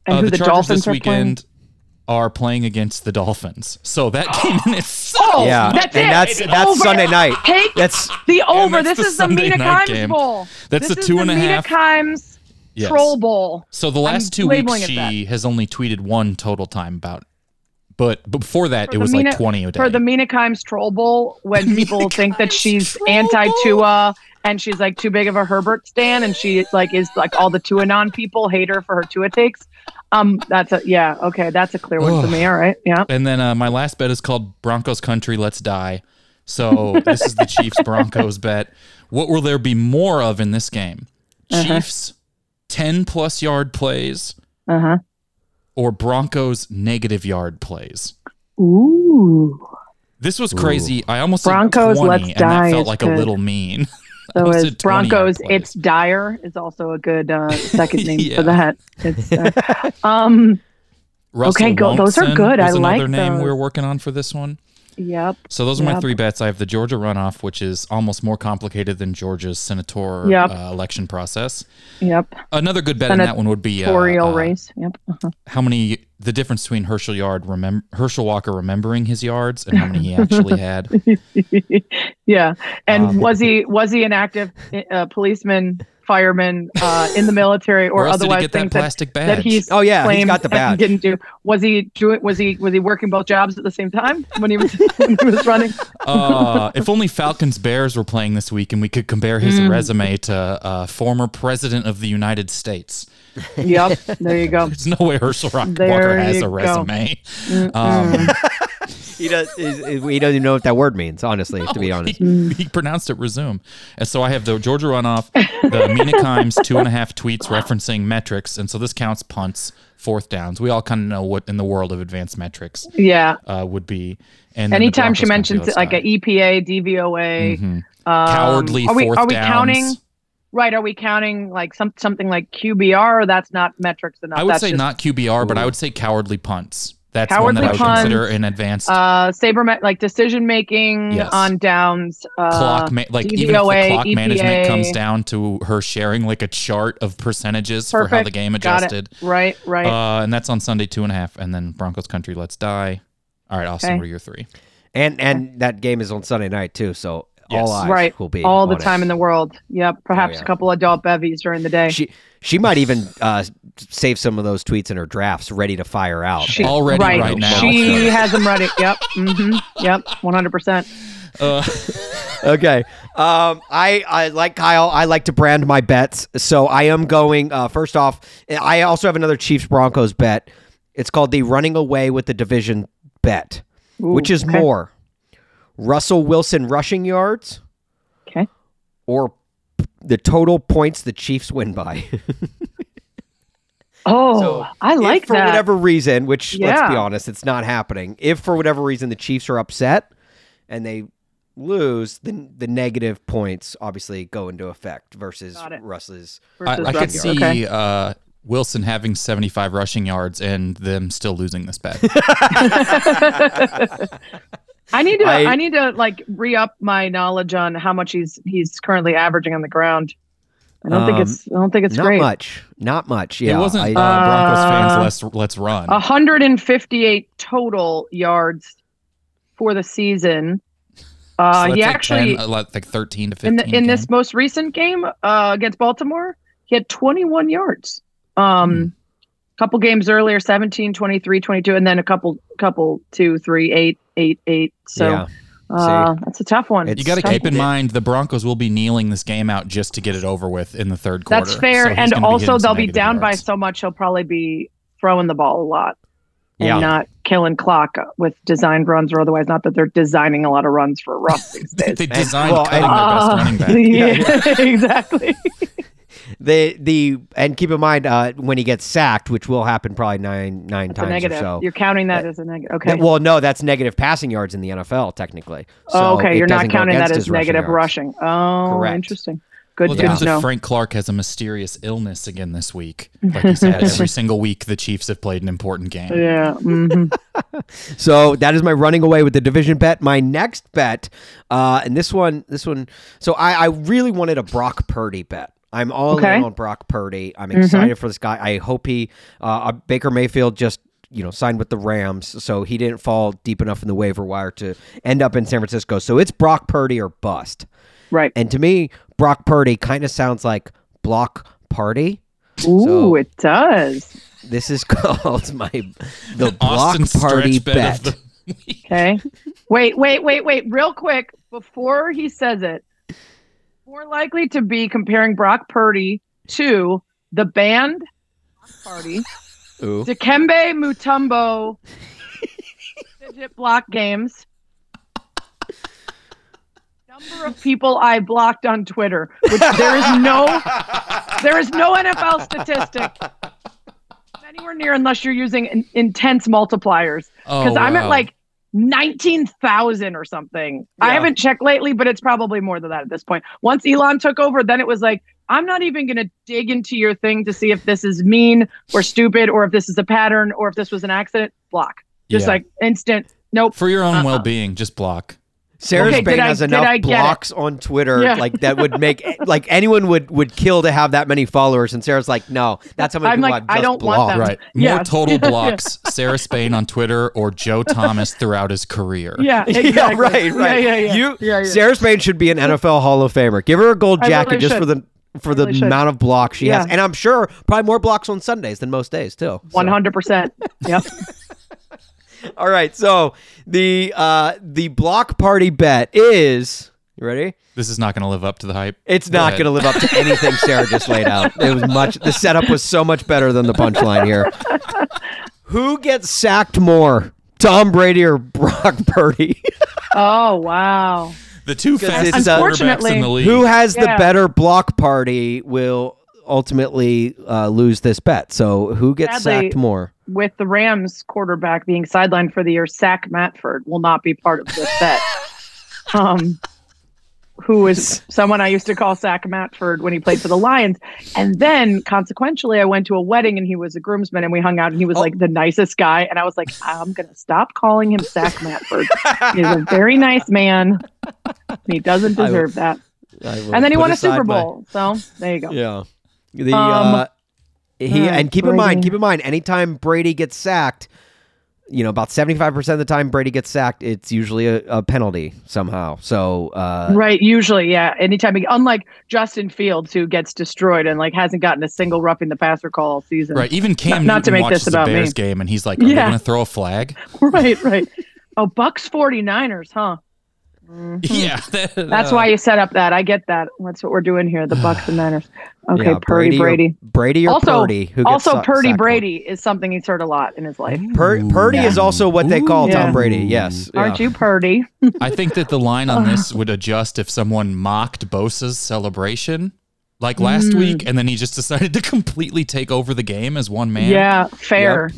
C: and
A: Uh,
C: who the,
A: Chargers
C: Dolphins
A: this
C: are playing.
A: weekend are playing against the Dolphins. So that game in itself.
C: Oh,
B: Yeah.
C: that's
B: and
C: it.
B: that's
C: It's
B: that's
C: over.
B: Sunday night.
C: Take
B: That's
C: the over.
A: that's
C: This
A: the
C: is the
A: Sunday
C: Mina
A: night
C: Kimes
A: game.
C: Bowl.
A: That's
C: this
A: the
C: is
A: two
C: the
A: and a
C: Mina
A: half-
C: Kimes
A: Yes.
C: Troll Bowl.
A: So the last two
C: labeling
A: weeks
C: it that.
A: she has only tweeted one total time about, but before that
C: For
A: it
C: the
A: was like
C: Mina-
A: twenty a day.
C: for the Mina Kimes troll bowl when
A: Mina
C: people think that
A: Kimes
C: she's
A: troll
C: anti
A: bowl?
C: Tua and she's like too big of a Herbert stan and she like is like all the Tuanon people hate her for her Tua takes. Um, that's a yeah okay, that's a clear one for me. All right, yeah.
A: and then uh, my last bet is called Broncos Country. Let's die. So this is the Chiefs Broncos bet. What will there be more of in this game?
C: Uh-huh.
A: Chiefs ten plus yard plays
C: Uh huh.
A: or Broncos negative yard plays.
C: Ooh.
A: This was
B: Ooh.
A: crazy. I almost
C: Broncos,
A: said 20,
C: let's
A: and
C: die
A: that felt
C: is
A: like a
C: good.
A: little mean.
C: So
A: Those are 20
C: is
A: yard
C: Broncos.
A: plays.
C: It's dire is also a good uh, second name
A: Yeah.
C: for that. It's, uh, um.
A: Russell
C: Okay, go- those are
A: Wilson
C: good. I
A: is another
C: like
A: name
C: those.
A: we're working on for this one.
C: Yep.
A: So those are my
C: Yep.
A: three bets. I have the Georgia runoff, which is almost more complicated than Georgia's senator
C: Yep.
A: uh, election process.
C: Yep.
A: Another good bet in that one would be uh,
C: Oriole
A: uh,
C: race. Yep. Uh-huh.
A: how many the difference between Herschel Yard remem- Herschel Walker remembering his yards and how many he actually had.
C: yeah. And
A: Um,
C: was he was he an active uh, policeman, fireman uh, in the military, or
A: Where else did he
C: otherwise
A: get that
C: things that,
A: plastic
C: that
A: badge?
C: he's
B: Oh, yeah, he's
C: claimed
B: got the
C: that he
B: badge.
C: didn't do? Was he doing? Was he was he working both jobs at the same time when he was when he was running?
A: uh, if only Falcons Bears were playing this week and we could compare his
C: Hmm.
A: resume to uh, former president of the United States.
C: Yep. There you go.
A: There's no way Herschel Rock Walker
C: There
A: has
C: you
A: a
C: go.
A: resume. Um,
B: He does. He he doesn't even know what that word means. Honestly, to be honest.
A: he, he pronounced it resume. And so I have the Georgia runoff, the Mina Kimes two and a half tweets referencing metrics. And so this counts punts, fourth downs. We all kind of know what in the world of advanced metrics
C: Yeah.
A: uh, would be. And then the
C: Anytime she
A: Broncos
C: mentions
A: Broncos
C: like a
A: side.
C: EPA, DVOA,
A: Mhm.
C: um,
A: cowardly
C: are we,
A: fourth
C: are we
A: downs.
C: counting? Right? Are we counting like some something like QBR? Or that's not metrics enough.
A: I would
C: that's
A: say
C: just,
A: not QBR, but I
B: Ooh.
A: would say cowardly punts. That's one
C: Cowardly
A: that I would
C: punts,
A: consider an advanced
C: uh saber ma- like decision making
A: Yes.
C: on downs uh
A: clock. Ma- like even if the
C: DVOA,
A: clock management
C: EPA.
A: comes down to her sharing like a chart of percentages for how the
C: Perfect.
A: game
C: Got it.
A: adjusted.
C: right right
A: Uh, and that's on Sunday, two and a half, and then Broncos Country, let's die. All right, Austin,
C: Okay.
A: what are your three?
B: And and that game is on Sunday night too, so
A: Yes.
B: all eyes
C: Right.
B: will be
C: all the
B: on it.
C: time in the world
A: Oh,
C: yep perhaps
B: yeah.
C: a couple adult bevies during the day
B: She she might even uh, save some of those tweets in her drafts, ready to fire out.
C: She-
A: Already right,
C: right.
A: now.
C: she has them ready yep hmm yep 100 percent
A: Uh,
B: okay. Um, I, I like Kyle. I like to brand my bets, so I am going. Uh, first off, I also have another Chiefs Broncos bet. It's called the running away with the division bet, which is
C: okay.
B: more Russell Wilson rushing yards
C: okay
B: or the total points the Chiefs win by.
C: oh
B: So,
C: i like
B: if for
C: that
B: whatever reason, which let's
C: Yeah.
B: be honest, it's not happening. If for whatever reason the Chiefs are upset and they lose, then the negative points obviously go into effect versus
C: Got it.
B: Russ's.
A: I,
C: versus
A: I could
C: Russ.
A: see
C: okay.
A: uh, Wilson having 75 rushing yards and them still losing this bet.
C: I need to
B: I-
C: I, need to like re up my knowledge on how much he's he's currently averaging on the ground. I don't think
B: Um,
C: it's I don't think it's
B: not
C: great.
B: much. Not much. Yeah.
A: it wasn't uh,
B: I-
A: Broncos
C: Uh,
A: fans. Let's let's run.
C: 158 total yards for the season.
A: So
C: Uh,
A: that's
C: he
A: like
C: actually
A: 10, uh, like 13 to 15.
C: in the, in
A: game.
C: this most recent game uh, against Baltimore, he had 21 yards. Um,
B: Hmm.
C: couple games earlier, 17, 23, 22, and then a couple, couple, two, three, eight, eight, eight. So
B: yeah.
C: uh, that's a tough one.
B: It's-
A: you got to
B: Some-
A: keep in mind the Broncos will be kneeling this game out just to get it over with in the third quarter.
C: That's
A: So
C: fair,
A: he's
C: and
A: gonna be
C: also
A: hitting some
C: they'll be
A: negative
C: down by
A: yards.
C: so much he'll probably be throwing the ball a lot and
B: Yeah.
C: not killing clock with designed runs or otherwise. Not that they're designing a lot of runs for Russ these days.
A: they designed
B: well,
A: cutting
B: and-
C: Uh,
A: their best running back.
C: yeah, exactly.
B: The the and keep in mind uh, when he gets sacked, which will happen probably nine nine
C: It's a
B: times
C: negative.
B: or so.
C: You're counting that as a negative. Okay.
B: That- well, no, that's negative passing yards in the NFL technically.
C: oh,
B: So
C: okay.
B: it
C: You're not
B: doesn't go
C: counting that
B: against
C: as
B: his rushing
C: negative
B: yards.
C: rushing. Oh,
B: Correct.
C: interesting. Good
A: Well,
C: to
A: the news
C: know.
A: that Frank Clark has a mysterious illness again this week. Like he's had every single week, the Chiefs have played an important game.
C: yeah. mhm.
B: So that is my running away with the division bet. My next bet, uh, and this one, this one. So I, I really wanted a Brock Purdy bet. I'm all
C: Okay.
B: in on Brock Purdy. I'm excited for this guy. I hope he, uh, uh, Baker Mayfield just you know signed with the Rams, so he didn't fall deep enough in the waiver wire to end up in San Francisco. So it's Brock Purdy or bust.
C: Right.
B: And to me, Brock Purdy kind of sounds like block party.
C: Ooh, it does.
B: This is called my the block
A: Austin
B: party
A: stretch bet.
B: bet.
A: of the-
C: Okay. wait, wait, wait, wait. Real quick before he says it, more likely to be comparing Brock Purdy to the band Block Party,
B: Ooh.
C: Dikembe Mutombo, digit block games. Number of people I blocked on Twitter, which there is no, there is no NFL statistic anywhere near unless you're using in- intense multipliers
A: Oh,
C: because I'm at
A: wow.
C: like 19,000 or something. I
B: Yeah.
C: haven't checked lately, but it's probably more than that at this point. Once Elon took over, then it was like, I'm not even going to dig into your thing to see if this is mean or stupid or if this is a pattern or if this was an accident. Block. Just
A: Yeah.
C: like instant Nope.
A: For your own
C: Uh-uh.
A: well-being, just block.
B: Sarah
C: Okay, did
B: Spain
C: I-
B: has
C: did I
B: enough
C: get it?
B: blocks on Twitter
C: Yeah.
B: like that would make like anyone would would kill to have that many followers. And Sarah's like, no, that's how many
C: I'm
B: people
C: like,
B: I've
C: I
B: just
C: don't want
B: blocked.
C: them.
A: Right.
C: Yeah.
A: More total blocks, Sarah Spain on Twitter or Joe Thomas throughout his career.
C: Yeah, exactly.
B: yeah, right, right.
C: Yeah, yeah, yeah.
B: You,
C: yeah, yeah.
B: Sarah Spain should be an NFL Hall of Famer. Give her a gold
C: I
B: jacket
C: really
B: just for
C: should.
B: the for the
C: really should.
B: amount of blocks she has,
C: Yeah.
B: and I'm sure probably more blocks on Sundays than most days too. So-
C: 100%. Yep.
B: All right, so the uh the block party bet is you ready?
A: This is not going to live up to the hype.
B: It's
A: Go
B: not
A: ahead.
B: going to live up to anything Sarah just laid out. It was much. The setup was so much better than the punchline here. Who gets sacked more, Tom Brady or Brock Purdy?
C: Oh, wow.
A: The two
B: it's,
A: fastest
B: uh,
A: quarterbacks in the
C: Unfortunately-
A: league.
B: Who has the
C: Yeah.
B: better block party will ultimately uh, lose this bet. So who gets
C: Sadly-
B: sacked more?
C: With the Rams quarterback being sidelined for the year, Sack Matford will not be part of this bet. um, who is someone I used to call Sack Matford when he played for the Lions. And then consequentially, I went to a wedding and he was a groomsman and we hung out and he was
B: Oh.
C: like the nicest guy. And I was like, I'm going to stop calling him Sack Matford. He's a very nice man. He doesn't
B: I will
C: deserve that.
B: I will
C: And then he
B: put
C: won a
B: aside
C: Super
B: my-
C: Bowl. So there you go.
B: yeah. The
C: Um,
B: uh, he
C: uh,
B: and keep in mind,
C: Brady.
B: keep in mind, anytime Brady gets sacked, you know, about seventy five percent of the time Brady gets sacked, it's usually a, a penalty somehow. So uh,
C: Right, usually, yeah. Anytime, he- unlike Justin Fields, who gets destroyed and like hasn't gotten a single roughing the passer call all season.
A: Right. Even Cam
C: Not- not to
A: Newton
C: make this
A: watches the
C: about me.
A: Bears game and he's like, "Are we
C: Yeah.
A: going to throw a flag?"
C: right, right. Oh, Bucks 49ers, huh? Mhm.
A: yeah. that-
C: That's
B: uh,
C: why you set up that. I get that. That's what we're doing here. The Bucks and Niners. Mm, Okay,
B: yeah,
C: Purdy, Brady.
B: Brady, or, Brady or
C: Also-
B: Purdy. Who gets
C: also,
B: sa- sacked
C: Purdy
B: more?
C: Brady is something he's heard a lot in his life.
B: Pur-
A: Ooh.
B: Purdy is also what they call
A: Ooh.
C: Yeah.
B: Tom Brady. Yes,
C: Aren't you Purdy?
A: I think that the line on this would adjust if someone mocked Bosa's celebration like last
C: Mm.
A: week and then he just decided to completely take over the game as one man.
C: Yeah, fair,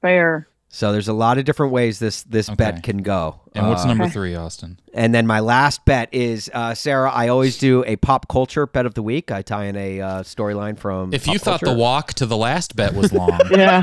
C: fair.
B: So there's a lot of different ways this this
A: Okay.
B: bet can go.
A: And what's
B: Uh,
A: number
C: Okay.
A: 3, Austin?
B: And then my last bet is uh, Sarah. I always do a pop culture bet of the week. I tie in a uh, storyline from.
A: If
B: pop
A: you thought the
B: culture.
A: walk to the last bet was long,
C: Yeah,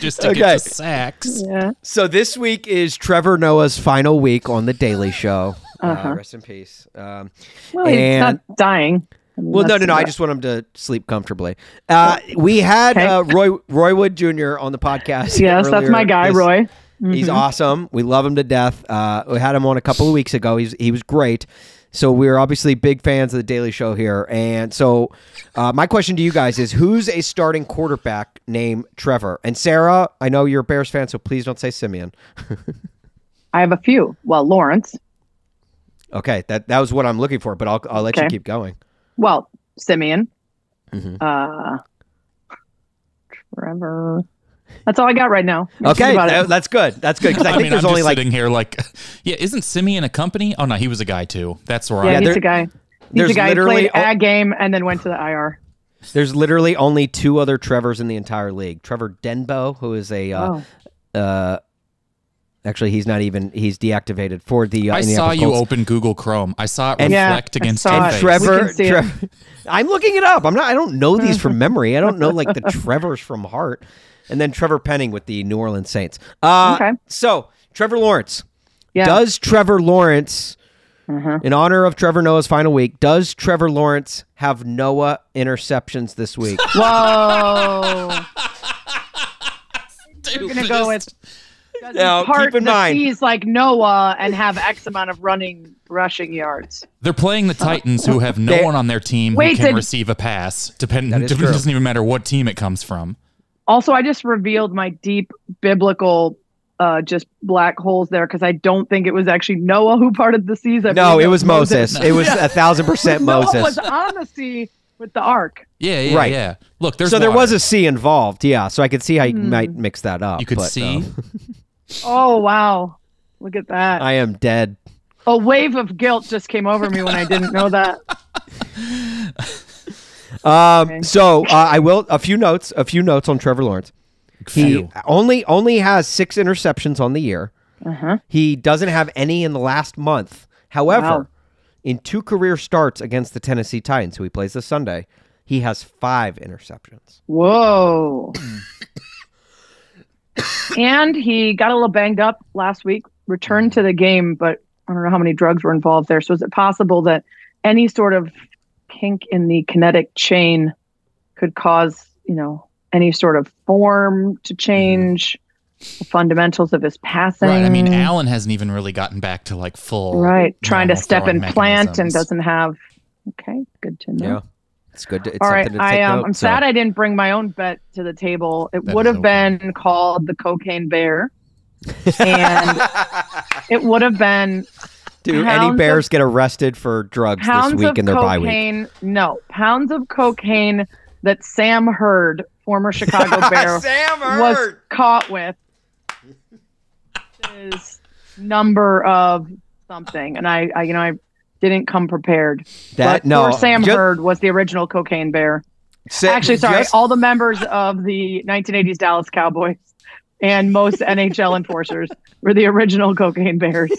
A: just to
B: Okay.
A: get the sacks.
C: yeah.
B: so this week is Trevor Noah's final week on the Daily Show. Uh,
C: Uh-huh.
B: rest in peace. Um,
C: Well, he's
B: And-
C: not dying. I mean,
B: well, no, no,
C: that's-
B: no. I just want him to sleep comfortably. Uh, we had
C: Oh, Okay.
B: uh, Roy Roy Wood Jr. on the podcast.
C: yes, that's
B: earlier
C: my guy,
B: this-
C: Roy.
B: He's
C: Mhm.
B: awesome. We love him to death. Uh, we had him on a couple of weeks ago. He's he was great. So we're obviously big fans of the Daily Show here. And so uh, my question to you guys is: Who's a starting quarterback named Trevor? And Sarah, I know you're a Bears fan, so please don't say Simeon.
C: I have a few. Well, Lawrence.
B: Okay, that that was what I'm looking for. But I'll I'll let you
C: Okay.
B: keep going.
C: Well, Simeon.
B: Mhm.
C: Uh, Trevor. That's all I got right now. That's
B: Okay,
C: about it.
B: that- that's good. That's good because I,
A: I,
B: think
A: mean, I'm
B: there's
A: just
B: only like
A: sitting here like, yeah, isn't Simeon a company? Oh, no, he was a guy too. That's where
C: yeah,
A: I
B: Yeah,
A: am.
C: he's
B: there-
C: a guy. He's
B: there's
C: a guy who
B: literally
C: played
B: o-
C: a game and then went to the IR.
B: there's literally only two other Trevors in the entire league. Trevor Denbo, who is a uh,
C: oh,
B: uh, actually he's not even he's deactivated for the uh,
A: I
B: Indianapolis
A: saw you
B: Colts.
A: open Google Chrome. I saw it
B: And-
C: Yeah,
A: reflect
C: I
A: against
C: saw
A: your
C: it.
A: face.
C: Trev-
B: Trevor,
C: We can see it.
B: Trev- I'm looking it up. I'm not I don't know these from memory. I don't know like the Trevors from heart. And then Trevor Penning with the New Orleans Saints. Uh
C: okay.
B: so Trevor Lawrence.
C: Yeah.
B: Does Trevor Lawrence
C: Mhm.
B: in honor of Trevor Noah's final week, does Trevor Lawrence have Noah interceptions this week?
C: Whoa.
A: Dude,
C: gonna go
A: just-
C: Does
B: Now,
C: he part
B: keep in
C: the
B: mind-
C: seas like Noah and have X amount of running rushing yards.
A: They're playing the Titans, who have no
B: They-
A: one on their team who
C: Wait,
A: can
C: did-
A: receive a pass. Depend-
B: That is
A: it
B: true.
A: doesn't even matter what team it comes from.
C: Also, I just revealed my deep biblical uh just black holes there because I don't think it was actually Noah who parted the seas. I
B: no,
C: believe
B: it was Moses. It was
C: Yeah.
B: a thousand percent Moses.
C: Noah was on the sea with the ark.
A: Yeah, yeah,
B: Right.
A: yeah. Look, there's
B: so there was
A: water.
B: a C involved, yeah. So I could see how you
C: Hmm.
B: might mix that up.
A: you could
B: but,
A: see.
B: um,
C: Oh wow. Look at that.
B: I am dead.
C: A wave of guilt just came over me when I didn't know that.
B: Um,
C: Okay.
B: So uh, I will a few notes, a few notes on Trevor Lawrence. He
A: Phew.
B: only only has six interceptions on the year.
C: Uh-huh.
B: He doesn't have any in the last month. However,
C: Wow.
B: in two career starts against the Tennessee Titans, who he plays this Sunday, he has five interceptions.
C: Whoa. and he got a little banged up last week, returned to the game, but I don't know how many drugs were involved there. So is it possible that any sort of kink in the kinetic chain could cause, you know, any sort of form
A: Mm-hmm.
C: to change the fundamentals of his passing?
A: Right. I mean, Allen hasn't even really gotten back to like full.
C: Right. Trying to
A: normal
C: step
A: throwing
C: and plant and
A: mechanisms.
C: doesn't have. Okay, good to know.
B: Yeah. It's good. To, it's
C: All right,
B: something to take
C: I um,
B: note,
C: I'm
B: so-
C: sad I didn't bring my own bet to the table. It
A: That
C: would
A: is
C: have
A: okay.
C: been called the Cocaine Bear, and it would have been
B: Do
C: Hounds
B: any
C: of-
B: bears get arrested for drugs this
C: pounds
B: week
C: of
B: in their bye week?
C: cocaine. No, pounds of cocaine that Sam Hurd, former Chicago Bear,
B: Sam
C: was caught with. Is number of something, and I, I, you know, I didn't come prepared.
B: That
C: but
B: no.
C: poor Sam
B: just-
C: Hurd was the original Cocaine Bear.
B: Sa-
C: Actually, sorry,
B: just-
C: all the members of the 1980s Dallas Cowboys and most NHL enforcers were the original cocaine bears.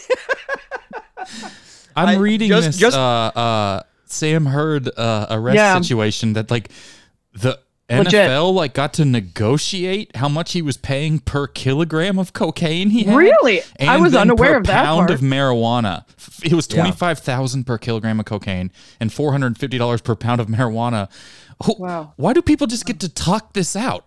A: I'm
B: I-
A: reading
B: just-
A: this
B: just-
A: uh, uh, Sam Hurd uh, arrest
C: Yeah.
A: situation that like the
C: Legit.
A: NFL like got to negotiate how much he was paying per kilogram of cocaine he had.
C: Really?
A: And
C: I was
A: then
C: unaware
A: per
C: of that
A: pound
C: part.
A: of marijuana. F- It was
B: Yeah.
A: twenty five thousand per kilogram of cocaine and four hundred and fifty dollars per pound of marijuana. Who-
C: Wow.
A: Why do people just get to talk this out?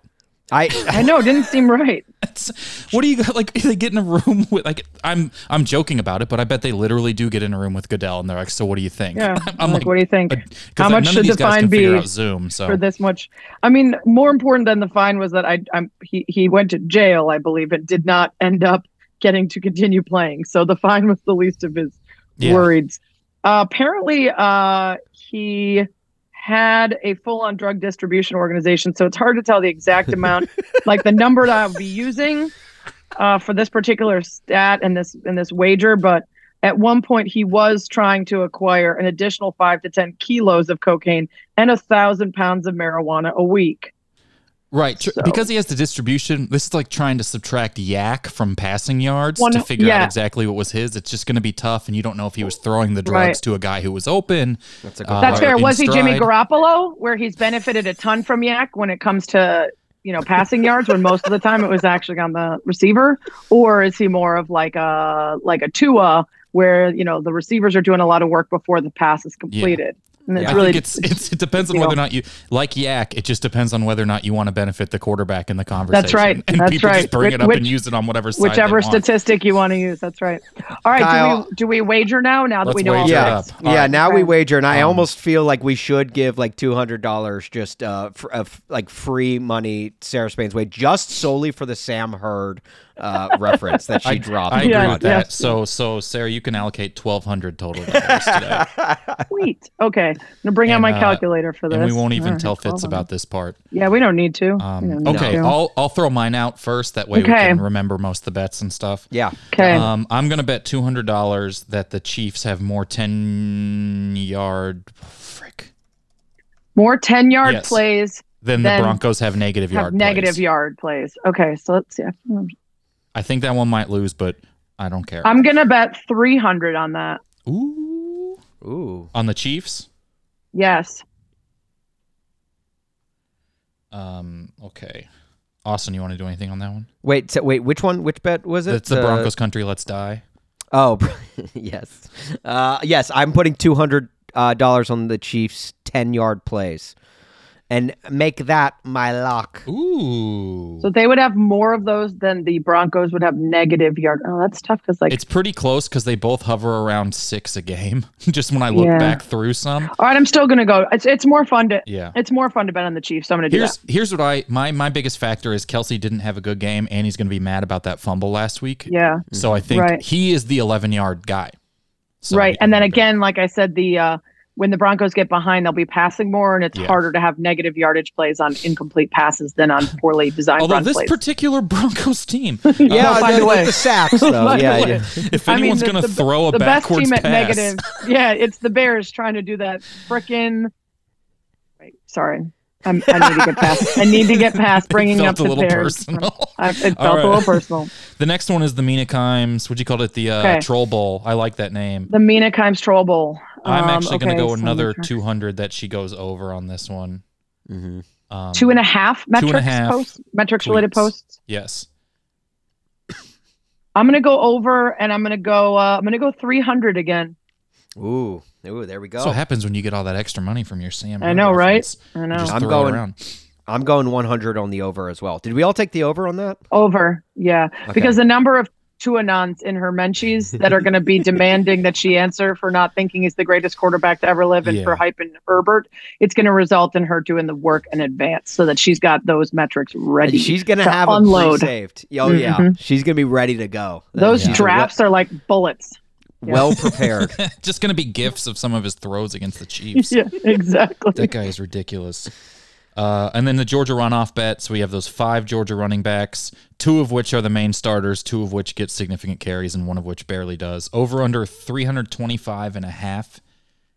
B: I
C: I know, it didn't seem right.
A: That's, what do you like? They get in a room with like I'm I'm joking about it, but I bet they literally do get in a room with Goodell and they're like, "So what do you think?"
C: Yeah.
A: I'm like,
C: what do you think?
A: But- 'cause
C: How
A: I-
C: much
A: none
C: should
A: of these
C: the
A: guys
C: fine
A: can figure
C: be
A: out Zoom, so
C: for this much. I mean, more important than the fine was that I, I'm, he, he went to jail, I believe, and did not end up getting to continue playing. So the fine was the least of his
A: Yeah.
C: worried. Uh, apparently, uh, he had a full-on drug distribution organization, so it's hard to tell the exact amount, like the number that I'll be using uh, for this particular stat and this and this wager. But at one point, he was trying to acquire an additional five to ten kilos of cocaine and a thousand pounds of marijuana a week.
A: right tr-
C: So-
A: because he has the distribution. This is like trying to subtract yak from passing yards
C: One-
A: to figure out
C: yeah.
A: exactly what was his. It's just going to be tough, and you don't know if he was throwing the drugs
C: Right.
A: to a guy who was open.
B: That's a
A: Uh,
C: That's fair.
A: in
C: Was he Jimmy
A: stride.
C: Garoppolo, where he's benefited a ton from yak when it comes to you know passing yards, when most of the time it was actually on the receiver, or is he more of like a like a Tua, where you know the receivers are doing a lot of work before the pass is completed, and it's
A: I
C: really
A: think it's, it's it depends on
C: you know.
A: whether or not you like yak. It just depends on whether or not you want to benefit the quarterback in the conversation.
C: That's right.
A: And
C: That's
A: people just
C: right.
A: bring
C: Which-
A: it up and
C: which-
A: use it on whatever side
C: whichever
A: they want.
C: statistic you want to use. That's right. All right,
B: Kyle.
C: do we do we wager now? Now that
A: Let's
C: we know all
A: wager
C: the
B: Yeah.
A: up.
C: facts?
A: All
B: yeah,
A: right.
B: now we
C: Okay.
B: wager, and I
A: Um,
B: almost feel like we should give like two hundred dollars just uh, for, uh f- like free money Sarah Spain's way, just solely for the Sam Hurd uh, reference that she
A: I,
B: dropped.
A: I agree
C: Yeah,
A: with that.
C: yeah.
A: So, so Sarah, you can allocate twelve hundred total dollars today,
C: Sweet. Okay, I'm gonna bring out
A: And,
C: my
A: uh,
C: calculator for this.
A: and we won't
C: All
A: even
C: right,
A: tell Fitz
C: 1200.
A: about this part.
C: Yeah, we don't need to. We
A: Um,
C: Oh, don't need
A: okay,
C: to.
A: I'll I'll throw mine out first. That way we
C: Okay.
A: can remember most of the bets and stuff.
B: Yeah,
C: okay.
A: Um, I'm gonna bet two hundred dollars that the Chiefs have more ten yard frick
C: More 10 yard
A: Yes.
C: plays
A: than the
C: Then
A: Broncos have negative
C: have
A: yard.
C: negative
A: plays.
C: yard plays. Okay, so let's see.
A: I think that one might lose, but I don't care.
C: I'm going to bet 300 on that.
A: Ooh,
B: ooh,
A: on the Chiefs.
C: Yes.
A: Um, okay. Austin, you want to do anything on that one?
B: wait, so, wait, which one? Which bet was it?
A: That's the
B: Uh,
A: Broncos country. Let's die.
B: Oh, yes, uh, yes. I'm putting two hundred uh, dollars on the Chiefs' ten yard plays, and make that my lock.
A: Oh, Ooh.
C: So they would have more of those than the Broncos would have negative yard. Oh, that's tough because, like,
A: it's pretty close because they both hover around six a game. Just when I look
C: Yeah.
A: back through some,
C: all right, I'm still going to go. It's, it's more fun to.
A: yeah.
C: It's more fun to bet on the Chiefs. So I'm going to do
A: Here's
C: that.
A: here's what I my my biggest factor is Kelsey didn't have a good game and he's going to be mad about that fumble last week.
C: Yeah,
A: So I think
C: Right.
A: he is the 11 yard guy. So
C: right.
A: he-
C: And then again, like I said, the uh, when the Broncos get behind, they'll be passing more, and it's
A: Yeah.
C: harder to have negative yardage plays on incomplete passes than on poorly designed
A: although
C: run
A: this
C: plays.
A: particular Broncos team,
B: Yeah,
C: No, by
B: the,
C: the way.
B: the sacks though.
C: By the
B: yeah,
C: way.
B: yeah.
A: if
C: I mean,
A: anyone's
C: the-
A: going to
C: the-
A: throw a
C: the best
A: backwards
C: team at
A: pass,
C: negative. Yeah, it's the Bears trying to do that frickin' Wait, sorry, I'm, I need to get past. I need to get past bringing
A: it felt
C: up
A: a
C: the
A: little
C: Bears.
A: personal.
C: I, it felt
A: All right.
C: a little personal.
A: the next one is the Mina Kimes. Would you call it the uh,
C: Okay.
A: Troll Bowl? I like that name.
C: The Mina Kimes Troll Bowl.
A: I'm
C: Um,
A: actually going
C: okay,
A: to go
C: so
A: another
C: metric-
A: 200 that she goes over on this one.
B: Mm-hmm.
A: Um,
C: two and a half
A: and a
C: metrics
A: half
C: posts, metrics related
A: tweets.
C: posts.
A: Yes.
C: I'm gonna go over, and I'm gonna go. Uh, I'm gonna go 300 again.
B: Ooh, ooh, there we go.
A: That's what happens when you get all that extra money from your Sam.
C: I know,
A: Hurd
C: right?
A: reference.
C: I
A: You
C: know.
A: just
B: I'm
A: throw it
B: going-
A: around.
B: I'm going 100 on the over as well. Did we all take the over on that?
C: Over, yeah,
B: Okay.
C: because the number of Tuanans in her menchies that are going to be demanding that she answer for not thinking he's the greatest quarterback to ever live and for
A: Yeah.
C: hyping Herbert, it's going to result in her doing the work in advance so that she's got those metrics
B: And
C: ready.
B: she's gonna
C: to
B: have
C: unload.
B: a saved. Oh yeah,
C: Mhm.
B: she's gonna be ready to go.
C: those
A: Yeah.
C: drafts are like bullets. yeah.
B: well prepared.
A: just gonna be gifs of some of his throws against the Chiefs.
C: yeah, exactly.
A: That guy is ridiculous. Uh, and then the Georgia runoff bet. So we have those five Georgia running backs, two of which are the main starters, two of which get significant carries, and one of which barely does. Over under 325 and a half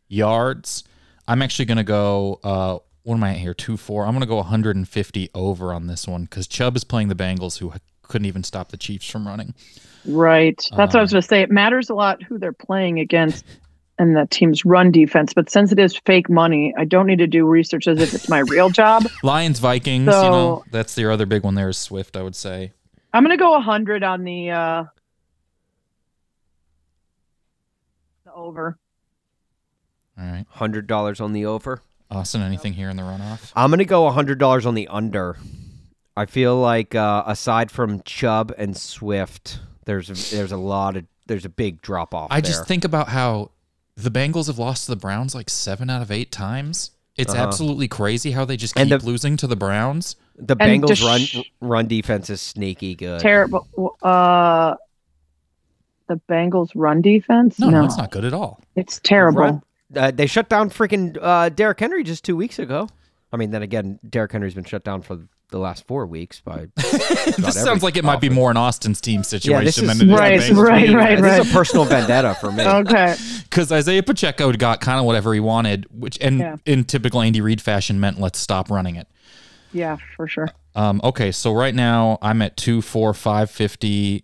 A: yards. I'm actually going to go, uh, what am I at here? 2 4. I'm going to go 150 over on this one because Chubb is playing the Bengals, who couldn't even stop the Chiefs from running.
C: Right. That's what I was going to say. It matters a lot who they're playing against and that team's run defense. But since it is fake money, I don't need to do research as if it's my real job.
A: Lions, Vikings, you
C: So-
A: know, that's their other big one there is Swift, I would say.
C: I'm going to go 100 on the uh the over.
A: All right.
B: Hundred dollars on the over.
A: Austin, anything here in the runoff?
B: I'm gonna go hundred dollars on the under. I feel like uh, aside from Chubb and Swift, there's there's a lot of there's a big drop off.
A: I just think about how the Bengals have lost to the Browns like seven out of eight times. It's
B: Uh-huh.
A: absolutely crazy how they just keep
B: And the-
A: losing to the Browns.
B: the
C: and
B: Bengals
C: Desha-
B: run run defense is sneaky good.
C: Terrible. Uh the Bengals run defense?
A: No,
C: No,
A: no, it's not good at all.
C: It's terrible.
B: Run- uh, they shut down freaking uh, Derrick Henry just two weeks ago. I mean, then again, Derrick Henry's been shut down for the last four weeks by.
A: this sounds like it might be more an Austin's team situation
B: Oh. this
A: than
B: is-
A: it is
C: Right,
A: the Bengals.
C: right, right,
B: This
C: right.
B: is a personal vendetta for me.
C: Okay.
A: Because Isaiah Pacheco got kind of whatever he wanted, which and
C: Yeah.
A: in typical Andy Reid fashion meant let's stop running it.
C: Yeah, for sure.
A: Um, okay, so right now I'm at two, four, five fifty.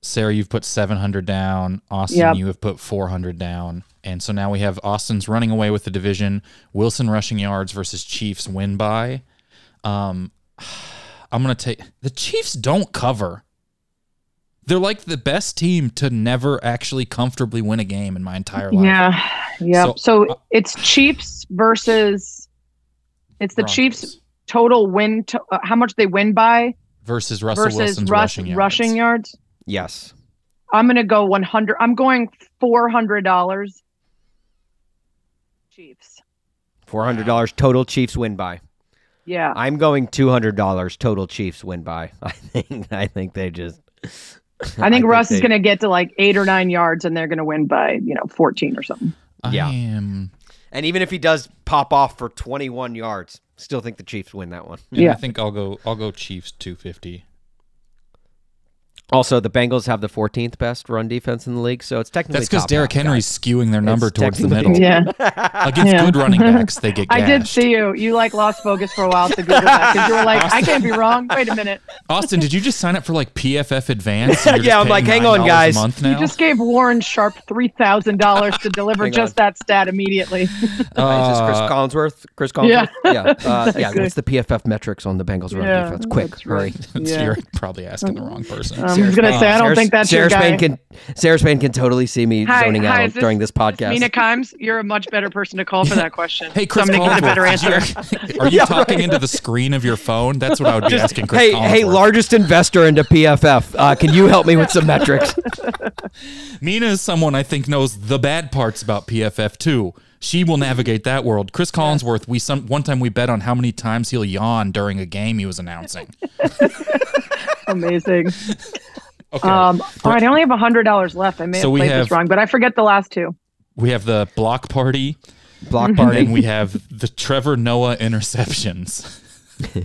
A: Sarah, you've put seven hundred down. Austin,
C: Yep.
A: you have put four hundred down. And so now we have Austin's running away with the division. Wilson rushing yards versus Chiefs win by. Um, I'm gonna take the Chiefs don't cover. They're like the best team to never actually comfortably win a game in my entire life.
C: Yeah. Yeah.
A: So- uh,
C: So, it's Chiefs versus it's the
A: Broncos
C: Chiefs total win to, uh, how much they win by
A: versus Russell
C: versus
A: Wilson's
C: rush,
A: rushing yards.
C: yards.
B: Yes.
C: I'm gonna go 100. I'm going 400 dollars. Chiefs.
B: Four hundred dollars total Chiefs win by.
C: Yeah.
B: I'm going two hundred dollars total Chiefs win by. I think I think they just.
C: I think Russ is
B: they-
C: gonna get to like eight or nine yards, and they're gonna win by you know 14 or something.
A: I
B: Yeah.
A: am
B: And even if he does pop off for twenty one yards, still think the Chiefs win that one.
A: and I
C: Yeah.
A: think I'll go I'll go Chiefs two fifty.
B: Also, the Bengals have the fourteenth best run defense in the league, so it's technically
A: That's because
B: top
A: Derrick
B: half,
A: Henry's
B: guys.
A: skewing their number
B: It's
A: towards the
B: technically-
A: middle.
C: Yeah.
A: Against
C: Yeah.
A: good running backs, they get
C: I
A: gashed.
C: did see you. You like lost focus for a while to Google that because you were like, I can't be wrong. Wait a minute.
A: Austin, did you just sign up for like PFF Advance? and you're
B: Yeah,
A: just
B: I'm like,
A: paying
B: hang on,
A: $9 a
B: guys.
A: month
C: You
A: now?
C: just gave Warren Sharp three thousand dollars to deliver
B: Hang
C: just that stat immediately.
B: Uh, is this Chris
A: Uh,
B: Collinsworth? Chris
C: Yeah.
B: Collinsworth? Yeah. Uh, yeah.
C: Exactly.
B: What's the PFF metrics on the Bengals run
C: Yeah,
B: defense? Quick,
C: that's
B: hurry.
C: right. Yeah.
A: You're probably asking the wrong person.
C: Um, I was gonna say I don't
B: Sarah-
C: think that's
B: Sarah
C: your guy.
B: Spain can Sarah Spain can totally see me
C: Hi,
B: zoning
C: hi,
B: out
C: is this-
B: during this podcast.
C: Mina Kimes, you're a much better person to call for that question.
A: hey, Chris
C: Somebody get a better
A: Collinsworth,
C: answer.
A: did you- are you talking into the screen of your phone? That's what I would be asking Chris
B: hey, hey,
A: Collinsworth.
B: largest investor into PFF. Uh, can you help me with some metrics?
A: Mina is someone I think knows the bad parts about PFF too. She will navigate that world. Chris Collinsworth, we some one time we bet on how many times he'll yawn during a game he was announcing.
C: Amazing.
A: Okay,
C: Um, all right, I only have hundred dollars left. I may
A: So
C: have
A: we
C: played
A: have-
C: this wrong, but I forget the last two.
A: we have the block party,
B: Block
A: and
B: party.
A: we have the Trevor Noah interceptions.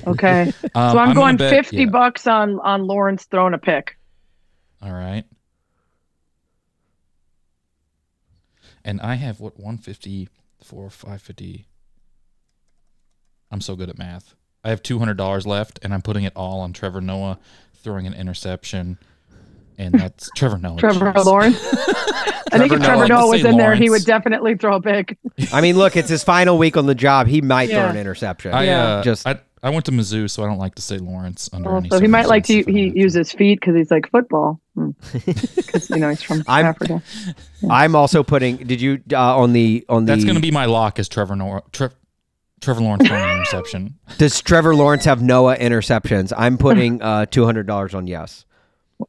C: Okay, so
A: Um,
C: I'm,
A: gonna
C: going
A: bet-
C: fifty
A: yeah.
C: bucks on on Lawrence throwing a pick.
A: All right. And I have what 150, 4, 550. I'm so good at math. I have $200 left and I'm putting it all on Trevor Noah throwing an interception. And that's Trevor Noah.
C: Trevor
A: jeez.
C: Lawrence. I think
B: Trevor Noah.
C: if Trevor
A: I'd
C: Noah
A: say
C: was in there, he
A: Lawrence.
C: would definitely throw a pick.
B: I mean, look, it's his final week on the job. He might
C: Yeah.
B: throw an interception.
A: I,
C: Yeah.
A: uh,
B: Just-
A: I, I went to Mizzou, so I don't like to say Lawrence under
C: Well,
A: any.
C: Oh, so he might like to
A: circumstances,
C: he
A: if I
C: use his feet because he's like football. Because you know he's from
B: I'm-
C: Africa. Hmm.
B: I'm also putting. Did you uh, on the on the?
A: That's going to be my lock is Trevor Nor- Tre- Trevor Lawrence throwing an interception.
B: Does Trevor Lawrence have Noah interceptions? I'm putting uh, two hundred dollars on yes.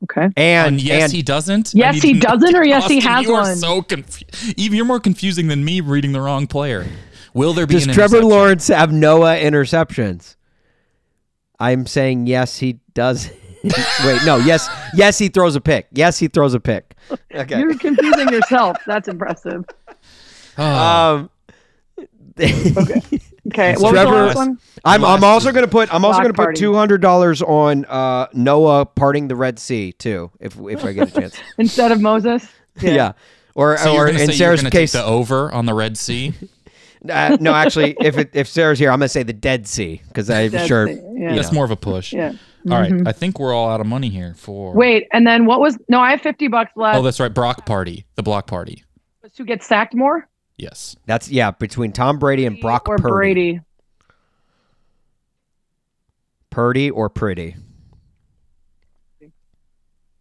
C: Okay.
B: And,
A: And yes,
B: and
A: he doesn't. I
C: Yes,
A: need
C: he
A: to know-
C: doesn't, or yes, he
A: Austin,
C: has
A: you Are
C: one.
A: so confu- Even you're more confusing than me reading the wrong player. Will there be
B: does
A: an
B: Trevor
A: interception?
B: Lawrence have Noah interceptions? I'm saying yes, he does. Wait, no, yes, yes, he throws a pick. Yes, he throws a pick. Okay.
C: You're confusing yourself. That's impressive.
A: Oh,
B: Um,
C: Okay. What was the
B: Trevor-
C: last one?
B: I'm, I'm
A: Last
B: also gonna put I'm also
C: Block
B: gonna put
C: party.
B: two hundred dollars on uh, Noah parting the Red Sea too, if if I get a chance.
C: Instead of Moses.
B: yeah. Or
A: so you're
B: Uh, or
A: gonna say
B: in
A: you're
B: Sarah's
A: gonna
B: case,
A: take the over on the Red Sea.
B: uh, no, actually, if it, if Sarah's here, I'm gonna say the Dead Sea because I'm
C: Dead
B: sure.
C: Sea, yeah.
B: you
A: That's
B: know.
A: more of a push.
C: Yeah. Mm-hmm.
A: All right, I think we're all out of money here for.
C: Wait, uh, and then what was? No, I have fifty bucks left.
A: Oh, that's right. Brock party. The block party.
C: Who gets sacked more?
A: Yes.
B: That's yeah, between Tom Brady and Brock
C: or
B: Purdy.
C: Brady?
B: Purdy or Pretty.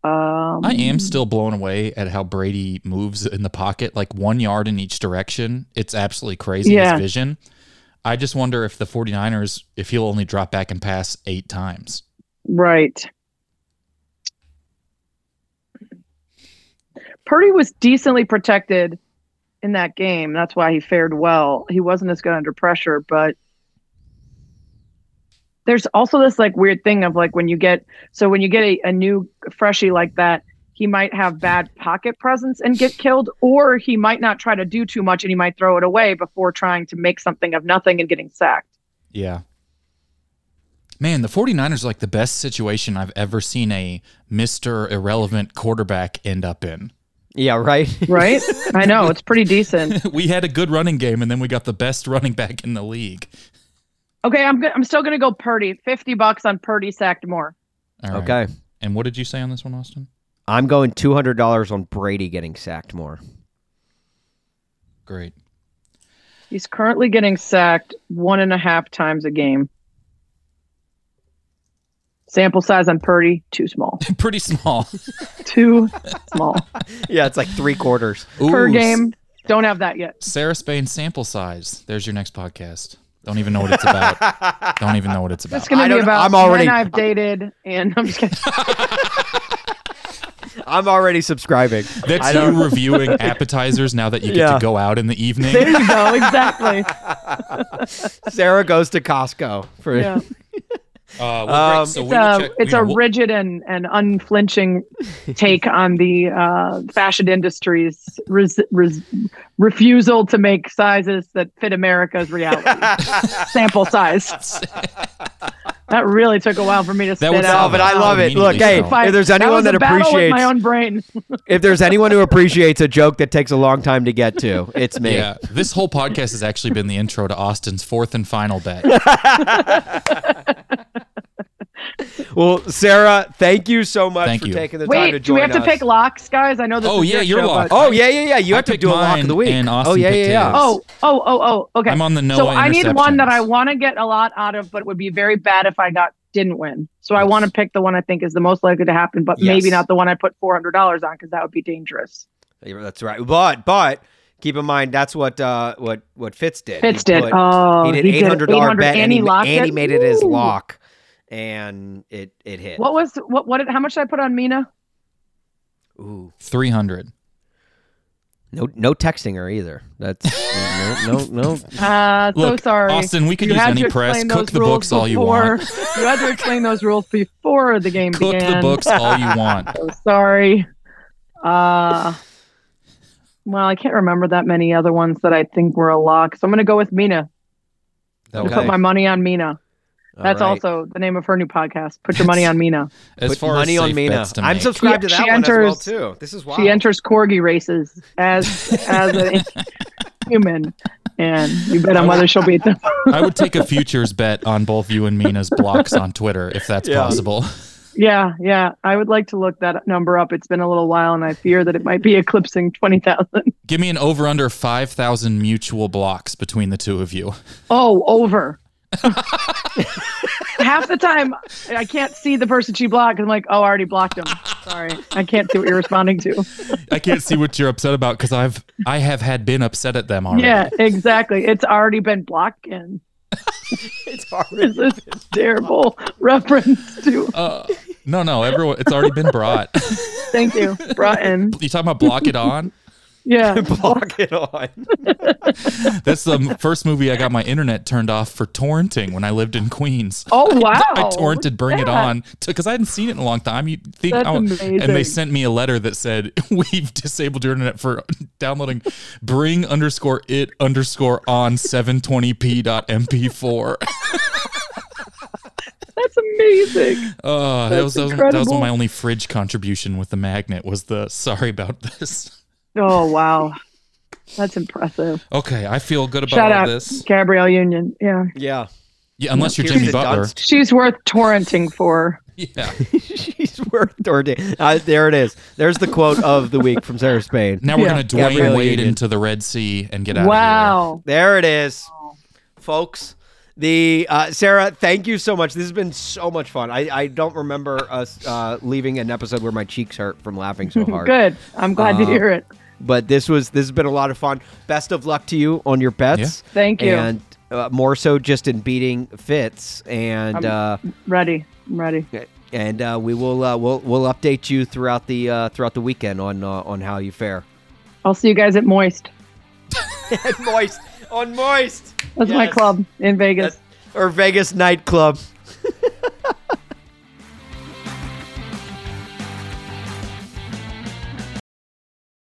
C: Um,
A: I am still blown away at how Brady moves in the pocket, like one yard in each direction. It's absolutely crazy,
C: Yeah.
A: his vision. I just wonder if the 49ers, if he'll only drop back and pass eight times.
C: Right. Purdy was decently protected in that game. That's why he fared well. He wasn't as good under pressure, but there's also this like weird thing of like when you get so when you get a, a new freshie like that, he might have bad pocket presence and get killed, or he might not try to do too much and he might throw it away before trying to make something of nothing and getting sacked.
A: Yeah. Man, the 49ers are like the best situation I've ever seen a Mr. Irrelevant quarterback end up in.
B: Yeah, right.
C: Right? I know, it's pretty decent.
A: we had a good running game, and then we got the best running back in the league.
C: Okay, I'm go- I'm still gonna go Purdy. Fifty bucks on Purdy sacked more.
A: All right.
B: okay,
A: And what did you say on this one, Austin?
B: I'm going two hundred dollars on Brady getting sacked more.
A: Great.
C: He's currently getting sacked one and a half times a game. Sample size on Purdy too small.
A: Pretty small.
C: Too small
B: Yeah, it's like three quarters.
C: per
A: Ooh,
C: game. Don't have that yet.
A: Sarah Spain sample size. There's your next podcast. Don't even know what it's about. Don't even know what it's
C: It's
A: about.
C: gonna
B: I
C: be
B: don't-
C: about
B: I'm already-
C: when I've dated, and I'm just kidding.
B: I'm already subscribing. I
A: That's
B: don't-
A: you reviewing appetizers now that you get
B: Yeah.
A: to go out in the
C: there
A: evening.
C: you go. Exactly.
B: Sarah goes to Costco for
C: Yeah.
A: Uh, well,
B: Um,
A: great. So
C: It's
A: we will
C: a
A: check-
C: it's
A: you
C: a
A: know, we'll-
C: rigid and, and unflinching take on the uh, fashion industry's res, res, refusal to make sizes that fit America's reality. Sample size. that really took a while for me to spit
A: would
B: No,
A: solve
C: out.
B: but I love it. Look, hey,
A: If
C: I-
B: if there's anyone
C: that,
B: that,
C: was a battle with
B: appreciates
C: my own brain.
B: if there's anyone who appreciates a joke that takes a long time to get to, it's me.
A: yeah, this whole podcast has actually been the intro to Austin's fourth and final bet.
B: Well, Sarah, thank you so much
A: Thank
B: for
A: you.
B: taking the time to
C: Wait, do
B: join
C: we have to
B: us.
C: pick locks, guys? I know this.
A: Oh,
C: is
A: yeah, you're
C: your show,
A: locked.
C: but-
B: Oh yeah, yeah, yeah. You
A: I
B: have to
A: picked
B: do a lock of
A: mine
B: the week.
A: and
B: oh
A: Austin
B: yeah, yeah,
A: picked
B: yeah.
A: his.
C: Oh, oh, oh, oh. Okay.
A: I'm on the Noah
C: So I need one that I
A: interceptions.
C: want to get a lot out of, but would be very bad if I got didn't win. So I want to pick the one I think is the most likely to happen, but maybe
B: Yes.
C: not the one I put four hundred dollars on because that would be dangerous.
B: Yeah, That's right. But but keep in mind that's what uh what what Fitz did.
C: Fitz
B: He
C: did.
B: put-
C: oh,
B: he did eight hundred dollar bet and
C: and
B: he,
C: locked
B: and he
C: it.
B: made it his
C: Woo!
B: lock, and it it hit.
C: What was what? What? Did, how much did I put on Mina?
B: Ooh,
A: Three hundred.
B: no no texting her either. That's no no no.
C: Uh, so
A: Look,
C: sorry,
A: Austin, we could
C: You
A: use
C: had
A: any
C: to
A: press.
C: explain
A: Cook
C: those
A: the
C: rules
A: books all you
C: before-
A: want.
C: you had to explain those rules before the game
A: Cook
C: began.
A: the books all you want.
C: So sorry. Uh, well, I can't remember that many other ones that I think were a lock. So I'm going to go with Mina. I'm gonna
B: Okay.
C: Put my money on Mina.
B: All
C: That's
B: right.
C: also the name of her new podcast. Put your money on Mina.
A: As
B: Put
A: far
B: money
A: as
B: on
A: safe
B: Mina.
A: bets to
B: I'm
A: make.
B: subscribed to
C: She-
B: that
C: she
B: one
C: enters-
B: as well too. This is wild.
C: She enters corgi races as as a human, and you bet on whether she'll beat them.
A: I would take a futures bet on both you and Mina's blocks on Twitter if that's
B: Yeah.
A: possible.
C: yeah, yeah. I would like to look that number up. It's been a little while, and I fear that it might be eclipsing twenty thousand.
A: Give me an over under 5,000 mutual blocks between the two of you.
C: Oh, over. Oh, half the time I can't see the person she blocked. I'm like, oh, I already blocked him. Sorry, I can't see what you're responding to.
A: I can't see what you're upset about because I've I have had been upset at them already.
C: Yeah, exactly. It's already been blocked in.
B: it's already
C: This is terrible reference to.
A: Uh, no, no, everyone. It's already been brought.
C: Thank you, Broughton.
A: you talking about block it on?
C: Yeah,
B: block it on.
A: That's the first movie I got my internet turned off for torrenting when I lived in Queens.
C: Oh wow!
A: I torrented Bring It On because I hadn't seen it in a long time. You think,
C: That's
A: I-
C: amazing.
A: and they sent me a letter that said we've disabled your internet for downloading Bring underscore It underscore On 720p dot mp4.
C: That's amazing.
A: Uh, that
C: That's
A: was that was, that was
C: incredible.
A: my only fridge contribution with the magnet was the sorry about this.
C: Oh wow, that's impressive.
A: Okay, I feel good about
C: Shout
A: all
C: out
A: this.
C: Gabrielle Union. Yeah,
B: Yeah.
A: Yeah, unless you're
B: Here's
A: Jimmy
B: the
A: Butler.
B: dunce.
C: she's worth torrenting for.
A: Yeah.
B: She's worth torrenting. Uh, there it is. There's the quote of the week from Sarah Spain.
A: Now we're
C: Yeah.
A: gonna Dwayne
B: Gabrielle
A: Wade
B: Union.
A: into the Red Sea and get out. Of
C: Wow.
B: There it is, folks. The uh, Sarah, thank you so much. This has been so much fun. I, I don't remember us uh, leaving an episode where my cheeks hurt from laughing so hard.
C: Good. I'm glad
A: Uh,
C: to
B: Um,
C: hear it.
B: But this was this has been a lot of fun. Best of luck to you on your bets.
C: Thank you.
B: And uh, more so just in beating fits and. Uh,
C: Ready. I'm ready.
B: and uh, we will uh, we'll we'll update you throughout the uh, throughout the weekend on uh, on how you fare.
C: I'll see you guys at Moist.
B: moist on moist.
C: That's my
B: Yes.
C: club in Vegas.
B: That- or Vegas nightclub.